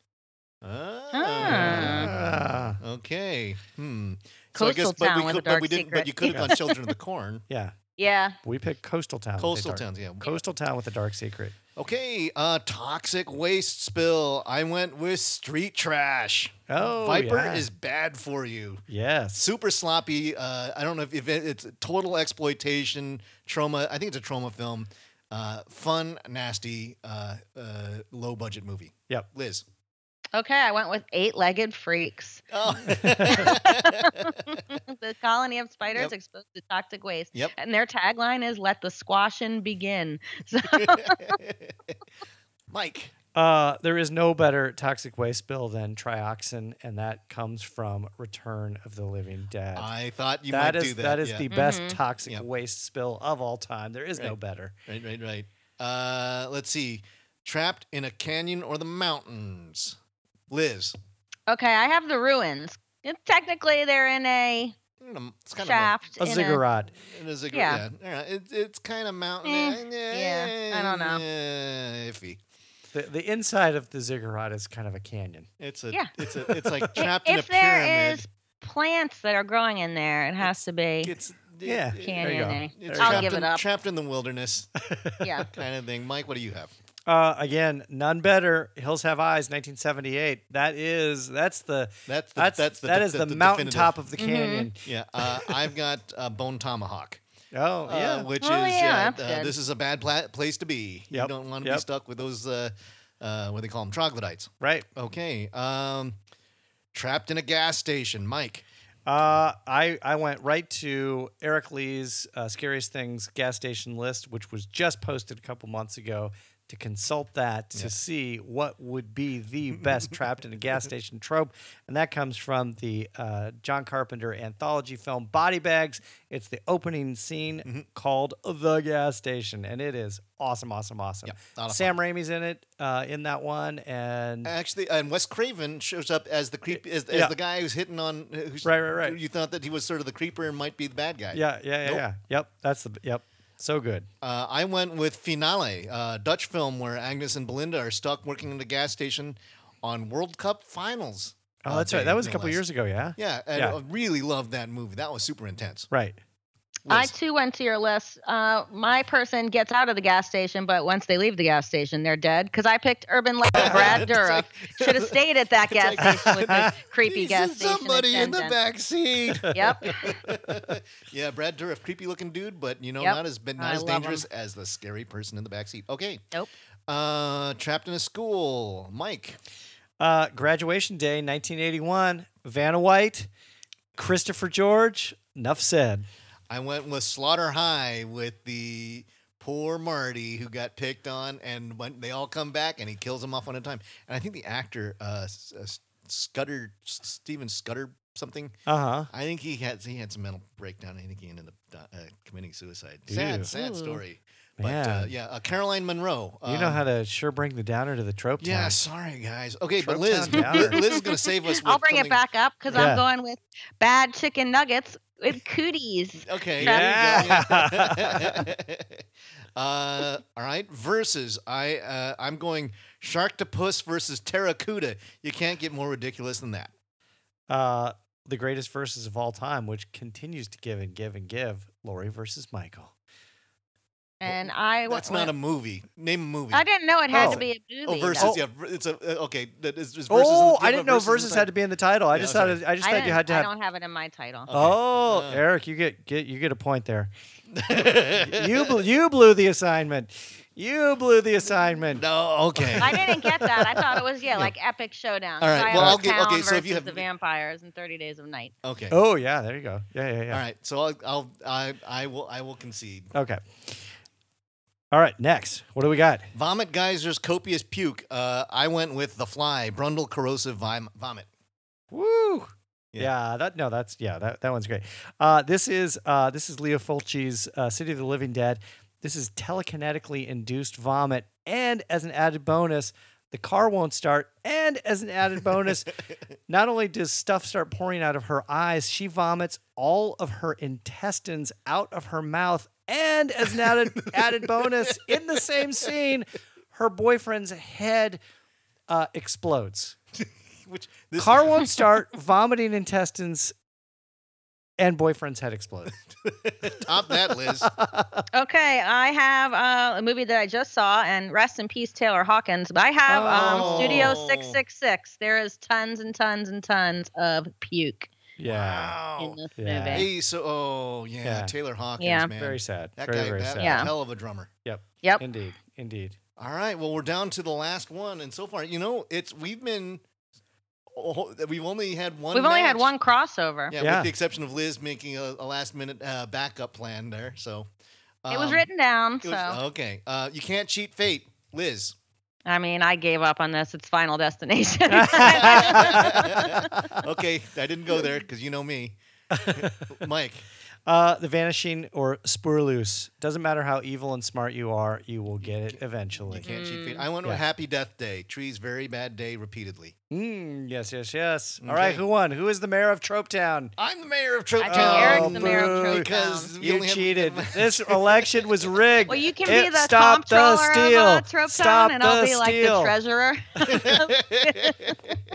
Speaker 1: Ah.
Speaker 2: Ah.
Speaker 1: Okay. Hmm.
Speaker 3: Coastal
Speaker 1: but
Speaker 3: Town
Speaker 1: we
Speaker 3: with
Speaker 1: could,
Speaker 3: a
Speaker 1: but we
Speaker 3: dark
Speaker 1: didn't. But
Speaker 3: secret.
Speaker 1: you could have done
Speaker 2: (laughs)
Speaker 1: Children of the Corn.
Speaker 2: Yeah,
Speaker 3: Yeah.
Speaker 2: we picked Coastal Town. with a
Speaker 1: Coastal
Speaker 2: dark-
Speaker 1: Towns. Yeah.
Speaker 2: Coastal Town with a dark secret.
Speaker 1: Okay. Uh, toxic waste spill. I went with street trash.
Speaker 2: Oh,
Speaker 1: Viper
Speaker 2: yeah.
Speaker 1: is bad for you.
Speaker 2: yes.
Speaker 1: Super sloppy. Uh, I don't know if, if it, it's total exploitation trauma. I think it's a trauma film. Uh, fun, nasty, uh, uh, low budget movie.
Speaker 2: Yep. (laughs)
Speaker 1: Liz. (laughs)
Speaker 3: Okay, I went with Eight Legged Freaks.
Speaker 1: Oh.
Speaker 3: the colony of spiders
Speaker 1: Yep.
Speaker 3: exposed to toxic waste.
Speaker 1: Yep.
Speaker 3: And their tagline is let the squashin' begin. So
Speaker 1: Mike.
Speaker 2: Uh, there is no better toxic waste bill than trioxin, and that comes from Return of the Living Dead.
Speaker 1: I thought Ah, you
Speaker 2: That
Speaker 1: might
Speaker 2: is
Speaker 1: do that.
Speaker 2: that is
Speaker 1: yeah.
Speaker 2: the best
Speaker 3: Mhm.
Speaker 2: toxic
Speaker 1: Yep.
Speaker 2: waste spill of all time. There is no
Speaker 1: Right.
Speaker 2: better.
Speaker 1: Right, right, right. Uh, let's see. Trapped in a canyon or the mountains. Liz.
Speaker 3: Okay, I have the ruins. And technically they're in a
Speaker 1: It's kind
Speaker 3: shaft.
Speaker 2: A
Speaker 3: in
Speaker 2: ziggurat.
Speaker 1: of a, it is a yeah.
Speaker 3: Yeah.
Speaker 1: yeah. It's, it's kind of mountain.
Speaker 3: Eh, yeah, I don't know.
Speaker 1: yeah, iffy.
Speaker 2: The, the inside of the ziggurat is kind of a canyon.
Speaker 1: It's a.
Speaker 3: Yeah.
Speaker 1: It's a. It's like
Speaker 3: I-
Speaker 1: trapped in a
Speaker 3: (laughs) if there
Speaker 1: pyramid.
Speaker 3: is plants that are growing in there, it has to be
Speaker 1: it's
Speaker 2: Yeah.
Speaker 1: it-
Speaker 2: There you go.
Speaker 3: canyon.
Speaker 1: it's
Speaker 2: I'll
Speaker 1: trapped
Speaker 3: give
Speaker 1: in,
Speaker 3: it up.
Speaker 1: Trapped in the wilderness, (laughs)
Speaker 3: Yeah.
Speaker 1: kind of thing. Mike, what do you have?
Speaker 2: Uh, again, none better. Hills Have Eyes, 1978. That is that's the
Speaker 1: That's the, that's
Speaker 2: that's, that's
Speaker 1: the,
Speaker 2: that is the,
Speaker 1: definitive-
Speaker 2: mountaintop of the canyon.
Speaker 1: (laughs) Yeah, uh, I've got uh, Bone
Speaker 2: (laughs)
Speaker 1: Tomahawk.
Speaker 2: Oh
Speaker 1: uh,
Speaker 2: yeah,
Speaker 1: which
Speaker 3: Oh,
Speaker 1: is
Speaker 3: yeah,
Speaker 1: uh,
Speaker 3: that's
Speaker 1: uh,
Speaker 3: good.
Speaker 1: this is a bad pla- place to be. You
Speaker 2: Yep,
Speaker 1: don't want to be
Speaker 2: yep.
Speaker 1: stuck with those uh, uh, what do they call them troglodytes.
Speaker 2: right.
Speaker 1: Okay, um, trapped in a gas station, Mike.
Speaker 2: Uh, I I went right to Eric Lee's uh, scariest things gas station list, which was just posted a couple months ago. To consult that to
Speaker 1: Yeah.
Speaker 2: see what would be
Speaker 1: (laughs)
Speaker 2: the best trapped in a gas station trope, and that comes from the uh, John Carpenter anthology film Body Bags. It's the opening scene
Speaker 1: Mm-hmm.
Speaker 2: called "The Gas Station," and it is awesome, awesome, awesome.
Speaker 1: Yeah, a lot of
Speaker 2: Sam Raimi's in it uh, in that one, and
Speaker 1: Actually, and Wes Craven shows up as the creep as, as
Speaker 2: Yeah.
Speaker 1: the guy who's hitting on. Who's,
Speaker 2: Right, right, right.
Speaker 1: You thought that he was sort of the creeper and might be the bad guy.
Speaker 2: yeah, yeah, yeah,
Speaker 1: Nope.
Speaker 2: yeah. Yep, that's the yep. So good.
Speaker 1: Uh, I went with Finale, a Dutch film where Agnes and Belinda are stuck working in a gas station on World Cup finals.
Speaker 2: Oh, that's right. That was a couple years ago, yeah?
Speaker 1: Yeah, and
Speaker 2: Yeah.
Speaker 1: I really loved that movie. That was super intense.
Speaker 2: Right.
Speaker 3: I
Speaker 1: Liz.
Speaker 3: too went to your list. Uh, my person gets out of the gas station, but once they leave the gas station, they're dead. Because I picked
Speaker 1: (laughs)
Speaker 3: Urban Legend Brad
Speaker 1: It's
Speaker 3: Dourif.
Speaker 1: like-
Speaker 3: Should have stayed at that gas
Speaker 1: like-
Speaker 3: station
Speaker 1: (laughs)
Speaker 3: with the creepy
Speaker 1: He's
Speaker 3: gas
Speaker 1: just
Speaker 3: station.
Speaker 1: Somebody in the
Speaker 3: attendant.
Speaker 1: back
Speaker 2: (laughs)
Speaker 1: seat.
Speaker 3: Yep.
Speaker 1: yeah, Brad Dourif, creepy looking dude, but you know,
Speaker 3: Yep.
Speaker 1: not as not
Speaker 3: I
Speaker 1: as
Speaker 3: love him.
Speaker 1: dangerous as the scary person in the back seat. Okay.
Speaker 3: Nope.
Speaker 1: Uh, trapped in a school, Mike.
Speaker 2: Uh, graduation day, 1981. Vanna White. Christopher George, enough said.
Speaker 1: I went with Slaughter High with the poor Marty who got picked on, and when they all come back, and he kills them off one at a time. And I think the actor, uh, S- uh, Scudder, S- Steven Scudder, something.
Speaker 2: Uh huh.
Speaker 1: I think he had he had some mental breakdown. I think he ended up di- uh, committing suicide. Sad,
Speaker 2: Ew.
Speaker 1: sad
Speaker 3: Ooh.
Speaker 1: story. But
Speaker 2: Yeah.
Speaker 1: uh, yeah, uh, Caroline Monroe. um,
Speaker 2: You know how to sure bring the downer to the trope.
Speaker 1: Yeah,
Speaker 2: town.
Speaker 1: sorry guys. Okay, but
Speaker 2: Trope
Speaker 1: Liz,
Speaker 2: Town
Speaker 1: Li-
Speaker 2: Downer.
Speaker 1: (laughs) Liz is gonna save us. With
Speaker 3: I'll bring
Speaker 1: something-
Speaker 3: it back up because
Speaker 2: Yeah.
Speaker 3: I'm going with bad chicken nuggets with cooties.
Speaker 1: Okay.
Speaker 2: Yeah.
Speaker 1: there you
Speaker 2: (laughs)
Speaker 1: go. (laughs) uh, all right. Versus, I uh, I'm going Sharktopus versus Terracuda. You can't get more ridiculous than that.
Speaker 2: Uh, the greatest verses of all time, which continues to give and give and give. Lori versus Michael.
Speaker 3: And I w-
Speaker 1: Oh, That's not a movie. Name a movie.
Speaker 3: I didn't know it had
Speaker 2: Oh.
Speaker 3: to be a movie.
Speaker 1: oh, versus.
Speaker 3: though.
Speaker 1: Yeah, ver- it's a uh, okay. that is- is versus do
Speaker 2: oh,
Speaker 1: you
Speaker 2: I
Speaker 1: have a
Speaker 2: didn't know
Speaker 1: versus in
Speaker 2: verses
Speaker 1: the
Speaker 2: had to be in the title. I
Speaker 1: Yeah,
Speaker 2: just
Speaker 1: that's
Speaker 2: thought it, I just
Speaker 3: I,
Speaker 2: thought you
Speaker 3: didn't-
Speaker 2: had to
Speaker 3: I
Speaker 2: have.
Speaker 3: don't have it in my title.
Speaker 1: Okay.
Speaker 2: Oh,
Speaker 1: Uh.
Speaker 2: Eric, you get get you get a
Speaker 1: (laughs)
Speaker 2: point there.
Speaker 1: title?
Speaker 2: You blew, you blew the assignment. You blew the assignment.
Speaker 1: No. Okay.
Speaker 3: I didn't get that. I thought it was
Speaker 1: (laughs)
Speaker 3: yeah, like epic showdown.
Speaker 1: All right,
Speaker 3: Trial
Speaker 1: well,
Speaker 3: of
Speaker 1: I'll get-
Speaker 3: Town
Speaker 1: okay, so if you
Speaker 3: versus
Speaker 1: have-
Speaker 3: the vampires in Thirty Days of Night.
Speaker 1: Okay.
Speaker 2: Oh yeah, there you go. Yeah yeah yeah.
Speaker 1: All right. So I'll, I'll I I will I will concede.
Speaker 2: Okay. All right, next. What do we got?
Speaker 1: Vomit geysers, copious puke. Uh, I went with the fly, Brundle corrosive vom- vomit.
Speaker 2: Woo.
Speaker 1: Yeah.
Speaker 2: Yeah. that no, that's yeah, that, that one's great. Uh, this is uh, this is Leo Fulci's uh, City of the Living Dead. This is telekinetically induced vomit, and as an added bonus, the car won't start. And as an added bonus, not only does stuff start pouring out of her eyes, she vomits all of her intestines out of her mouth. And as an added, added bonus, in the same scene, her boyfriend's head uh, explodes.
Speaker 1: Which this
Speaker 2: Car won't (laughs) start, vomiting intestines, and boyfriend's head explodes.
Speaker 1: top that, Liz.
Speaker 3: Okay, I have uh, a movie that I just saw, and rest in peace, Taylor Hawkins. But I have
Speaker 2: Oh.
Speaker 3: um, Studio 666. There is tons and tons and tons of puke
Speaker 2: (laughs) Yeah.
Speaker 1: Wow.
Speaker 3: in this
Speaker 2: Yeah.
Speaker 3: movie.
Speaker 1: Oh. Hey, so oh yeah,
Speaker 2: Yeah.
Speaker 1: Taylor Hawkins,
Speaker 3: Yeah.
Speaker 1: man.
Speaker 2: Very sad.
Speaker 1: that
Speaker 2: very,
Speaker 1: guy,
Speaker 2: very
Speaker 1: that,
Speaker 2: sad.
Speaker 3: Yeah.
Speaker 1: hell of a drummer.
Speaker 3: Yep.
Speaker 2: Indeed. Indeed.
Speaker 1: All right, well, we're down to the last one, and so far, you know, it's we've been oh, we've only had one.
Speaker 3: We've only had
Speaker 1: match.
Speaker 3: one crossover.
Speaker 1: Yeah,
Speaker 2: Yeah.
Speaker 1: with the exception of Liz making a, a last minute uh, backup plan there. So
Speaker 3: it was
Speaker 1: um,
Speaker 3: written down,
Speaker 1: it
Speaker 3: so
Speaker 1: was-
Speaker 2: oh.
Speaker 1: okay, uh, you can't cheat fate, Liz.
Speaker 3: I mean, I gave up on this. It's Final Destination.
Speaker 1: okay, I didn't go there because you know
Speaker 2: (laughs)
Speaker 1: me, Mike.
Speaker 2: (laughs) Uh, the vanishing or spur loose. Doesn't matter how evil and smart you are, you will get it
Speaker 1: You
Speaker 2: eventually.
Speaker 1: can't cheat
Speaker 3: Mm.
Speaker 1: fate. I went with
Speaker 2: Yeah.
Speaker 1: Happy Death Day. Trees, very bad day, repeatedly.
Speaker 2: Mm, yes, yes, yes. All right,
Speaker 1: Okay.
Speaker 2: who won? Who is the mayor of Trope Town?
Speaker 1: I'm the mayor of Trope
Speaker 3: I think
Speaker 1: Town.
Speaker 3: Eric's the mayor of
Speaker 2: boo.
Speaker 3: Trope Town.
Speaker 1: because we
Speaker 2: You
Speaker 1: only have-
Speaker 2: cheated. this election was rigged.
Speaker 3: (laughs) Well, you can
Speaker 2: It-
Speaker 3: be the
Speaker 2: stop the
Speaker 3: comptroller
Speaker 2: steal.
Speaker 3: of uh, Trope
Speaker 2: Stop
Speaker 3: Town, and I'll
Speaker 2: the
Speaker 3: be like
Speaker 2: steal. (laughs)
Speaker 3: the treasurer. (laughs)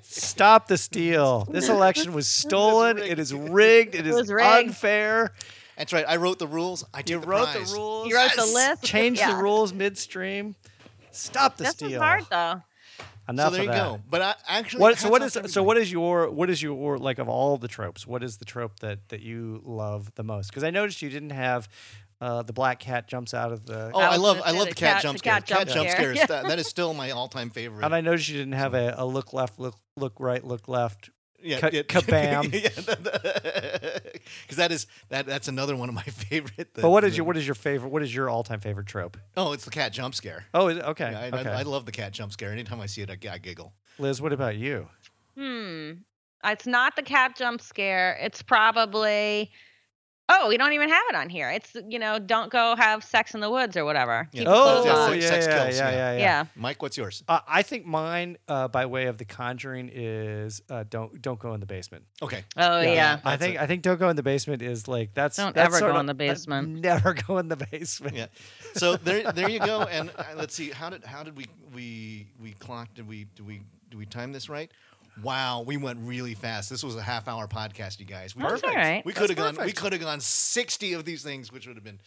Speaker 2: Stop the
Speaker 3: (laughs)
Speaker 2: steal. This election was stolen.
Speaker 1: rigged.
Speaker 2: it is rigged. It
Speaker 3: It
Speaker 2: is
Speaker 3: was rigged.
Speaker 2: unfair.
Speaker 1: (laughs) That's right. I wrote the rules. I
Speaker 2: You
Speaker 1: took the
Speaker 2: wrote
Speaker 1: prize.
Speaker 2: the rules.
Speaker 3: You wrote the
Speaker 1: Yes!
Speaker 3: list.
Speaker 2: Change
Speaker 3: Yeah.
Speaker 2: the rules midstream. Stop the
Speaker 3: This
Speaker 2: steal.
Speaker 3: was hard, though.
Speaker 2: Enough
Speaker 1: So there
Speaker 2: of
Speaker 1: you
Speaker 2: that.
Speaker 1: go. But I actually
Speaker 2: What, so
Speaker 1: hats
Speaker 2: what
Speaker 1: off
Speaker 2: is
Speaker 1: to everybody.
Speaker 2: so what is your what is your like of all the tropes? What is the trope that that you love the most? Because I noticed you didn't have uh, the black cat jumps out of the
Speaker 1: Oh,
Speaker 3: I
Speaker 1: I
Speaker 3: was
Speaker 1: love
Speaker 3: gonna
Speaker 1: I
Speaker 3: say
Speaker 1: love
Speaker 3: the
Speaker 1: the cat,
Speaker 3: cat-
Speaker 1: jump
Speaker 3: the
Speaker 1: scare.
Speaker 3: cat jump
Speaker 1: jump
Speaker 3: scare.
Speaker 1: scare.
Speaker 3: Yeah.
Speaker 1: st- that
Speaker 3: (laughs)
Speaker 1: is still my all time favorite.
Speaker 2: and I noticed you didn't have a, a look left look look right look left.
Speaker 1: yeah,
Speaker 2: Ka- kabam.
Speaker 1: (laughs) Because that is that that's another one of my (laughs) favorite. the-
Speaker 2: But what is
Speaker 1: the-
Speaker 2: your what is your favorite? What is your all time favorite trope?
Speaker 1: Oh, it's the cat jump scare.
Speaker 2: Oh, is it- okay,
Speaker 1: Yeah, I,
Speaker 2: okay.
Speaker 1: I, I love the cat jump scare. Anytime I see it, I, g- I giggle.
Speaker 2: Liz, what about you?
Speaker 3: Hmm. It's not the cat jump scare. It's probably. Oh, we don't even have it on here. It's you know, don't go have sex in the woods or whatever.
Speaker 1: Yeah.
Speaker 3: Keep the
Speaker 2: Oh,
Speaker 3: clothes
Speaker 1: yeah,
Speaker 2: yeah,
Speaker 3: on.
Speaker 1: sex-
Speaker 2: yeah,
Speaker 1: sex
Speaker 2: yeah,
Speaker 1: kills, yeah.
Speaker 2: yeah, yeah, yeah.
Speaker 3: yeah.
Speaker 1: Mike, what's yours?
Speaker 2: Uh, I think mine, uh, by way of the Conjuring, is uh, don't don't go in the basement.
Speaker 1: Okay.
Speaker 3: Oh yeah.
Speaker 2: I
Speaker 1: That's
Speaker 2: think
Speaker 1: it.
Speaker 2: I think don't go in the basement is like that's
Speaker 3: Don't
Speaker 2: that's
Speaker 3: ever
Speaker 2: sort
Speaker 3: go
Speaker 2: of-
Speaker 3: in the basement.
Speaker 2: uh, (laughs) never go in the basement.
Speaker 1: Yeah. So there, there you go. And uh, let's see. How did how did we we we clock? Did we do we do we time this right? Wow, we went really fast. This was a half hour podcast, you guys. We
Speaker 3: That's
Speaker 1: could-
Speaker 3: all right.
Speaker 1: We could have
Speaker 2: That's
Speaker 1: gone. We
Speaker 2: perfect.
Speaker 1: could have gone sixty of these things, which would have been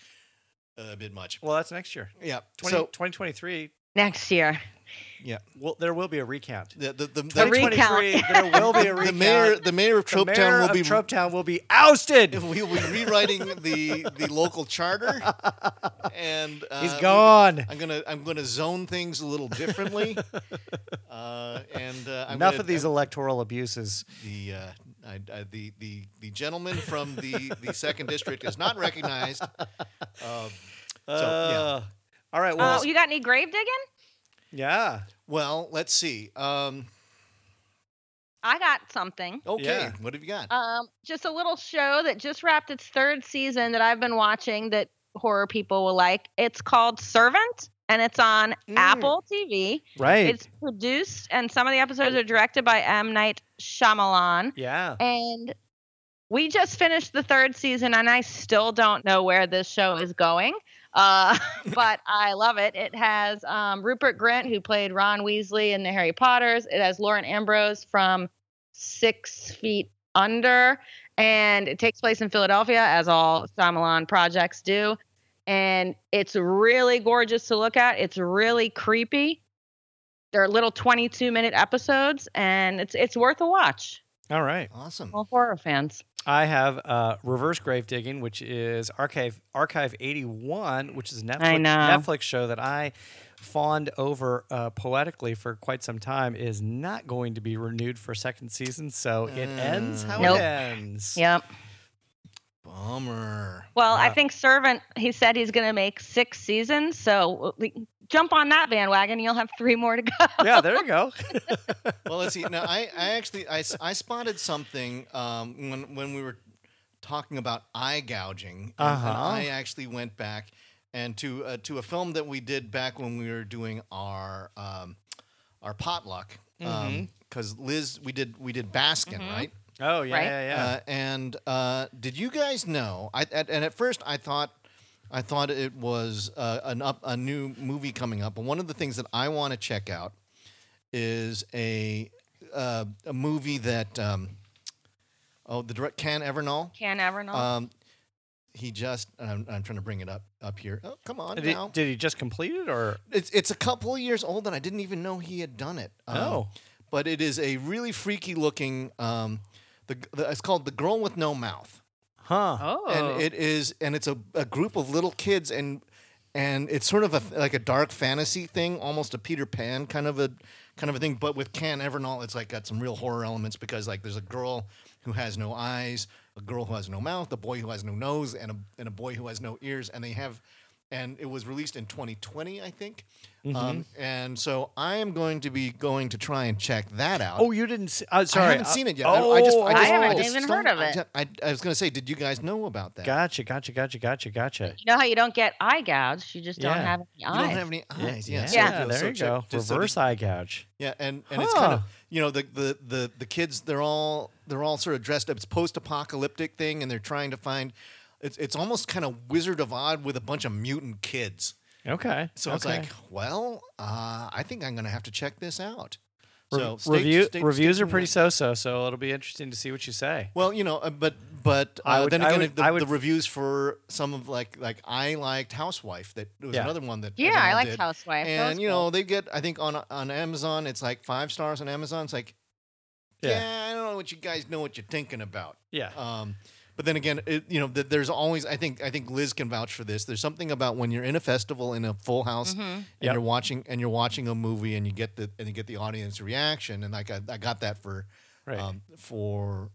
Speaker 1: a bit much.
Speaker 2: Well, that's next year.
Speaker 1: Yeah.
Speaker 2: 20,
Speaker 1: so
Speaker 2: 2023,
Speaker 3: Next year.
Speaker 1: yeah,
Speaker 2: well, there will be a recount.
Speaker 1: the the the,
Speaker 3: A recount.
Speaker 2: 2023, there will be a recount.
Speaker 1: (laughs) the mayor the mayor of
Speaker 2: The
Speaker 1: Trope
Speaker 2: mayor
Speaker 1: Town will
Speaker 2: of
Speaker 1: be
Speaker 2: Trope Town will be ousted.
Speaker 1: (laughs) we will be rewriting the the local
Speaker 2: (laughs)
Speaker 1: charter, and uh,
Speaker 2: He's gone.
Speaker 1: I'm gonna I'm gonna zone things a little differently, uh, and uh, I'm
Speaker 2: Enough
Speaker 1: gonna-
Speaker 2: of these
Speaker 1: I'm-
Speaker 2: electoral abuses.
Speaker 1: the uh, I, I, the the the gentleman from the the second district is not
Speaker 2: (laughs)
Speaker 1: recognized. Um,
Speaker 2: Uh, All right. Well,
Speaker 3: Uh, you got any grave digging?
Speaker 2: yeah.
Speaker 1: well, let's see. Um,
Speaker 3: I got something.
Speaker 1: okay,
Speaker 2: Yeah.
Speaker 1: what have you
Speaker 2: Uh,
Speaker 1: got?
Speaker 3: Um, just a little show that just wrapped its third season that I've been watching that horror people will like. It's called Servant, and it's on
Speaker 2: Mm.
Speaker 3: Apple TV.
Speaker 2: Right.
Speaker 3: It's produced, and some of the episodes are directed by M. Night Shyamalan.
Speaker 2: yeah.
Speaker 3: And we just finished the third season, and I still don't know where this show is going. Uh, (laughs) but I love it. It has um, Rupert Grint, who played Ron Weasley in the Harry Potters. It has Lauren Ambrose from Six Feet Under, and it takes place in Philadelphia, as all Shyamalan projects do. And it's really gorgeous to look at. It's really creepy. They're little 22 minute episodes, and it's it's worth a watch.
Speaker 2: All right.
Speaker 1: Awesome.
Speaker 3: Well, horror fans.
Speaker 2: I have uh, reverse grave digging, which is archive archive eighty one, which is a Netflix
Speaker 3: know.
Speaker 2: Netflix show that I fawned over uh, poetically for quite some time. Is not going to be renewed for a second season, so it
Speaker 1: Hmm.
Speaker 2: ends how
Speaker 3: Nope.
Speaker 2: it ends.
Speaker 3: Yep.
Speaker 1: Bummer.
Speaker 3: Well, I
Speaker 2: Wow.
Speaker 3: think Servant, he said he's going to make six seasons. So we- jump on that bandwagon. You'll have three more to (laughs) go.
Speaker 2: (laughs) Yeah, there you go.
Speaker 1: Well, let's see. Now, I, I actually I, s- I spotted something um, when when we were talking about eye gouging, and, and
Speaker 2: Uh-huh.
Speaker 1: I actually went back and to uh, to a film that we did back when we were doing our um, our potluck because Liz we did we did Baskin right.
Speaker 2: Oh yeah,
Speaker 3: Right?
Speaker 2: yeah, yeah.
Speaker 1: Uh, and uh, did you guys know? I at, and at first I thought I thought it was uh, an up a new movie coming up. But one of the things that I want to check out is a uh, a movie that um, oh the direct Can Evernall.
Speaker 3: Can ever know.
Speaker 1: Um, he just I'm, I'm trying to bring it up up here. Oh come on
Speaker 2: did,
Speaker 1: now.
Speaker 2: did he just complete it or?
Speaker 1: it's it's a couple of years old and I didn't even know he had done it. Um,
Speaker 2: Oh.
Speaker 1: but it is a really freaky looking. Um, the, the it's called the girl with no mouth
Speaker 2: Huh.
Speaker 3: oh.
Speaker 1: and it is and it's a, a group of little kids and and it's sort of a like a dark fantasy thing almost a peter pan kind of a kind of a thing but with can evernall it's like got some real horror elements because like there's a girl who has no eyes a girl who has no mouth a boy who has no nose and a, and a boy who has no ears and they have and it was released in 2020 i think
Speaker 3: Mm-hmm.
Speaker 1: um, and so i am going to be going to try and check that out
Speaker 2: Oh, you didn't. See, uh, sorry,
Speaker 1: I haven't
Speaker 2: Uh,
Speaker 1: seen it yet.
Speaker 2: Oh,
Speaker 1: I, I just, I just,
Speaker 3: I haven't
Speaker 1: just
Speaker 3: even
Speaker 1: stumbled-
Speaker 3: heard of
Speaker 1: I
Speaker 3: it.
Speaker 1: ju- I, I was going to say, did you guys know about that?
Speaker 2: gotcha, gotcha, gotcha, gotcha, gotcha.
Speaker 3: you know how you don't get eye gouged? You just don't
Speaker 2: Yeah.
Speaker 3: have any eyes.
Speaker 1: You don't have any eyes. Yeah,
Speaker 2: yeah,
Speaker 1: so- so
Speaker 2: there you
Speaker 1: check-
Speaker 2: go.
Speaker 1: just so
Speaker 2: Reverse
Speaker 1: the-
Speaker 2: eye gouge.
Speaker 1: yeah, and, and it's kind of
Speaker 2: Huh.
Speaker 1: you know the, the the the kids they're all they're all sort of dressed up. It's post apocalyptic thing, and they're trying to find. It's it's almost kind of Wizard of Oz with a bunch of mutant kids.
Speaker 2: Okay.
Speaker 1: So it's
Speaker 2: okay.
Speaker 1: like, well, uh, I think I'm going to have to check this out.
Speaker 2: Re-
Speaker 1: So stay-
Speaker 2: review,
Speaker 1: stay-
Speaker 2: reviews
Speaker 1: stay
Speaker 2: are pretty
Speaker 1: tuned.
Speaker 2: so-so, so it'll be interesting to see what you say.
Speaker 1: Well, you know, uh, but but
Speaker 2: I
Speaker 1: uh,
Speaker 2: would-
Speaker 1: then
Speaker 2: I
Speaker 1: again,
Speaker 2: would-
Speaker 1: if the,
Speaker 2: I would-
Speaker 1: the reviews for some of like like I liked Housewife. That was
Speaker 2: Yeah.
Speaker 1: another one that
Speaker 3: Yeah,
Speaker 1: everyone
Speaker 3: I liked
Speaker 1: did.
Speaker 3: Housewife. That
Speaker 1: And
Speaker 3: was
Speaker 1: you
Speaker 3: cool.
Speaker 1: know, they get I think on on Amazon it's like five stars on Amazon. It's like yeah,
Speaker 2: Yeah.
Speaker 1: I don't know what you guys know what you're thinking about.
Speaker 2: Yeah.
Speaker 1: Um, but then again, it, you know, th- there's always I think I think Liz can vouch for this. There's something about when you're in a festival in a full house
Speaker 3: Mm-hmm.
Speaker 1: and
Speaker 2: Yep.
Speaker 1: you're watching and you're watching a movie and you get the and you get the audience reaction. And like I, I got that for
Speaker 2: Right.
Speaker 1: um, for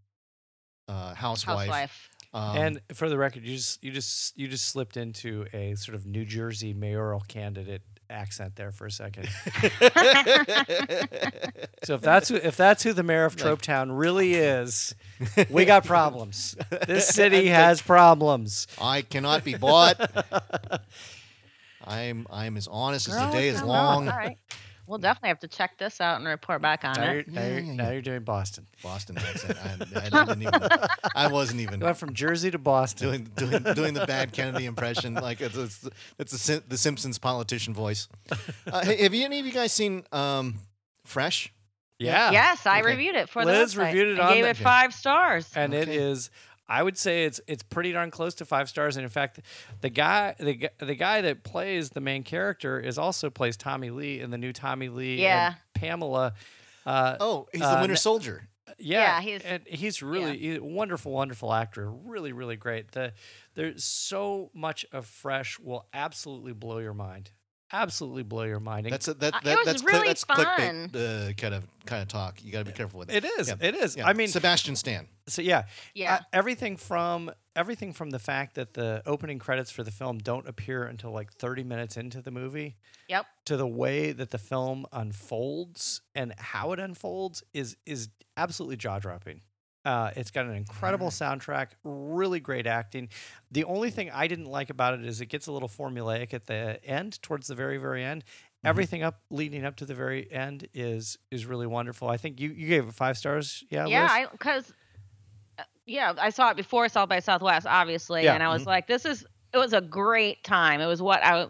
Speaker 1: uh, housewife.
Speaker 3: Housewife.
Speaker 1: Um,
Speaker 2: and for the record, you just you just you just slipped into a sort of New Jersey mayoral candidate accent there for a (laughs) second. so if that's who, if that's who the mayor of Tropetown (laughs) really is, we got problems. (laughs) This city has problems.
Speaker 1: I cannot be
Speaker 2: (laughs)
Speaker 1: bought. I'm I'm as honest as the day is long.
Speaker 3: Uh-huh. All right. We'll definitely have to check this out and report back on
Speaker 1: Uh-huh.
Speaker 2: Now
Speaker 3: it.
Speaker 2: you're, now, you're, now you're doing Boston.
Speaker 1: Boston accent. I, I didn't even. I wasn't even
Speaker 2: You went from Jersey to Boston.
Speaker 1: doing doing doing the bad Kennedy impression. Like it's it's, it's the, Sim- the Simpsons politician voice. Uh, hey, have you, any of you guys seen um, Fresh?
Speaker 2: yeah.
Speaker 3: Yes, I
Speaker 1: Okay.
Speaker 3: reviewed it for
Speaker 2: Liz
Speaker 3: the website.
Speaker 2: reviewed it
Speaker 3: I
Speaker 2: on
Speaker 3: gave
Speaker 2: the-
Speaker 3: it five stars.
Speaker 2: and it
Speaker 1: Okay.
Speaker 2: is I would say it's it's pretty darn close to five stars. And in fact, the guy the gu- the guy that plays the main character is also plays Tommy Lee in the new Tommy Lee
Speaker 3: Yeah.
Speaker 2: and Pamela. Uh,
Speaker 1: Oh, he's the
Speaker 2: Uh,
Speaker 1: Winter
Speaker 2: n-
Speaker 1: Soldier.
Speaker 2: yeah,
Speaker 3: Yeah, he's-
Speaker 2: and he's really he's a wonderful, wonderful actor. Really, really great. The there's so much of Fresh will absolutely blow your mind. absolutely blow your mind. And
Speaker 1: That's a, that,
Speaker 3: Uh,
Speaker 1: that
Speaker 3: it was
Speaker 1: that's
Speaker 3: really
Speaker 1: that's
Speaker 3: fun.
Speaker 1: clickbait uh, kind of kind of talk. You got to be careful with
Speaker 2: it is.
Speaker 1: Yeah.
Speaker 2: It is.
Speaker 1: Yeah.
Speaker 2: I mean,
Speaker 1: Sebastian Stan.
Speaker 2: so yeah,
Speaker 3: Yeah.
Speaker 2: Uh, everything from everything from the fact that the opening credits for the film don't appear until like 30 minutes into the movie
Speaker 3: Yep.
Speaker 2: to the way that the film unfolds and how it unfolds is is absolutely jaw-dropping. Uh, it's got an incredible soundtrack, really great acting. The only thing I didn't like about it is it gets a little formulaic at the end, towards the very, very end.
Speaker 3: Mm-hmm.
Speaker 2: Everything up leading up to the very end is is really wonderful. I think you you gave it five stars. Yeah,
Speaker 3: yeah,
Speaker 2: Liz?
Speaker 3: I because yeah, I saw it before South by Southwest, obviously,
Speaker 2: Yeah.
Speaker 3: and I
Speaker 1: mm-hmm.
Speaker 3: was like, this is it was a great time. It was what I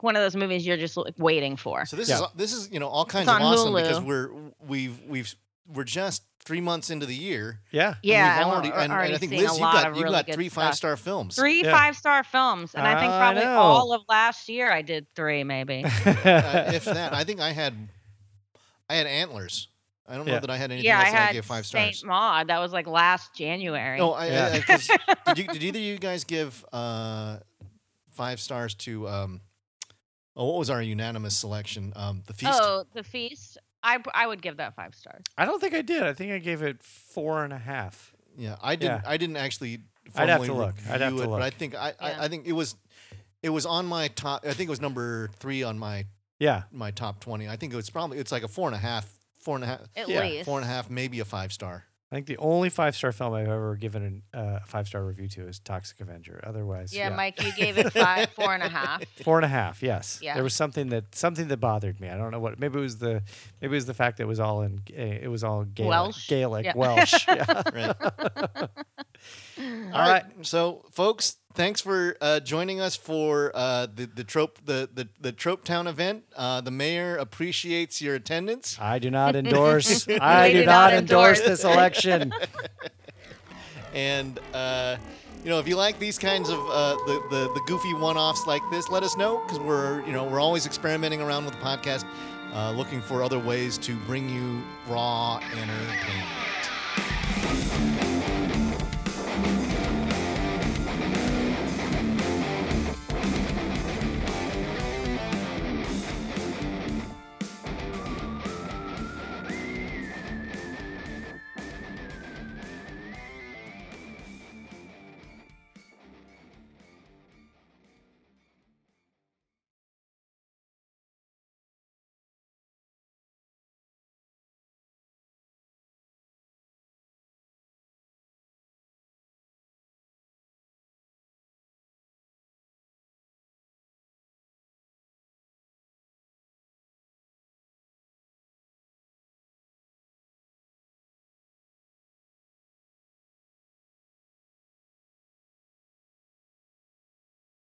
Speaker 3: one of those movies you're just like, waiting for.
Speaker 1: So this
Speaker 2: Yeah.
Speaker 1: is this is you know all kinds
Speaker 3: It's
Speaker 1: of
Speaker 3: on
Speaker 1: awesome because
Speaker 3: Hulu.
Speaker 1: we're we've we've we're just three months into the year.
Speaker 2: yeah.
Speaker 1: and
Speaker 3: yeah,
Speaker 1: we've
Speaker 3: and we're
Speaker 1: already, and,
Speaker 3: already
Speaker 1: and I think
Speaker 3: seeing
Speaker 1: Liz,
Speaker 3: a
Speaker 1: you
Speaker 3: lot
Speaker 1: got
Speaker 3: of
Speaker 1: you
Speaker 3: really
Speaker 1: got
Speaker 3: good
Speaker 1: three
Speaker 3: stuff.
Speaker 1: five star films.
Speaker 3: Three
Speaker 2: Yeah.
Speaker 3: five star films, and I think
Speaker 2: I
Speaker 3: probably
Speaker 2: know.
Speaker 3: all of last year I did three, maybe.
Speaker 1: uh, if that.
Speaker 2: (laughs)
Speaker 1: I think I had I had antlers. I don't
Speaker 2: Yeah.
Speaker 1: know that I had (laughs) anything
Speaker 3: yeah, I
Speaker 1: else that I
Speaker 3: had
Speaker 1: gave five
Speaker 3: Saint
Speaker 1: stars. Oh,
Speaker 3: Maud. That was like last January.
Speaker 1: No, I,
Speaker 2: Yeah.
Speaker 1: I, I
Speaker 3: (laughs)
Speaker 1: 'cause did, you, did either of you guys give uh, five stars to um, oh what was our unanimous selection? Um, the feast.
Speaker 3: Oh, the feast. I I would give that five stars.
Speaker 2: I don't think I did. I think I gave it four and a half.
Speaker 1: Yeah, I didn't.
Speaker 2: Yeah.
Speaker 1: I didn't actually.
Speaker 2: I'd
Speaker 1: Formally
Speaker 2: have to look. I'd have
Speaker 1: review
Speaker 2: to
Speaker 1: it,
Speaker 2: look.
Speaker 1: But I think I,
Speaker 3: Yeah.
Speaker 1: I, I think it was, it was on my top. I think it was number three on my
Speaker 2: Yeah.
Speaker 1: my top twenty. I think it was probably it's like a four and a half, four and a half,
Speaker 3: At
Speaker 2: Yeah,
Speaker 3: least.
Speaker 1: four and a half, maybe a five
Speaker 2: (laughs)
Speaker 1: star.
Speaker 2: I think the only five star film I've ever given an, uh, a five star review to is Toxic Avenger. Otherwise,
Speaker 3: Yeah, Mike, you gave
Speaker 1: (laughs)
Speaker 3: it five, four and a half.
Speaker 2: four and a half. Yes,
Speaker 3: Yeah.
Speaker 2: there was something that something that bothered me. I don't know what. Maybe it was the maybe it was the fact that it was all in uh, it was all Gaelic,
Speaker 3: Welsh?
Speaker 2: Gaelic
Speaker 3: Yeah.
Speaker 2: Welsh.
Speaker 3: (laughs)
Speaker 2: Yeah.
Speaker 1: Right.
Speaker 2: all
Speaker 1: All right. So, folks, thanks for uh, joining us for uh, the the trope the the, the trope town event. Uh, the mayor appreciates your attendance.
Speaker 2: I do not
Speaker 3: (laughs)
Speaker 2: endorse. I
Speaker 3: We
Speaker 2: do
Speaker 3: do
Speaker 2: not
Speaker 3: not
Speaker 2: endorse
Speaker 3: endorse.
Speaker 2: this election.
Speaker 1: And uh, you know, if you like these kinds of uh, the, the the goofy one-offs like this, let us know because we're you know we're always experimenting around with the podcast, uh, looking for other ways to bring you raw entertainment.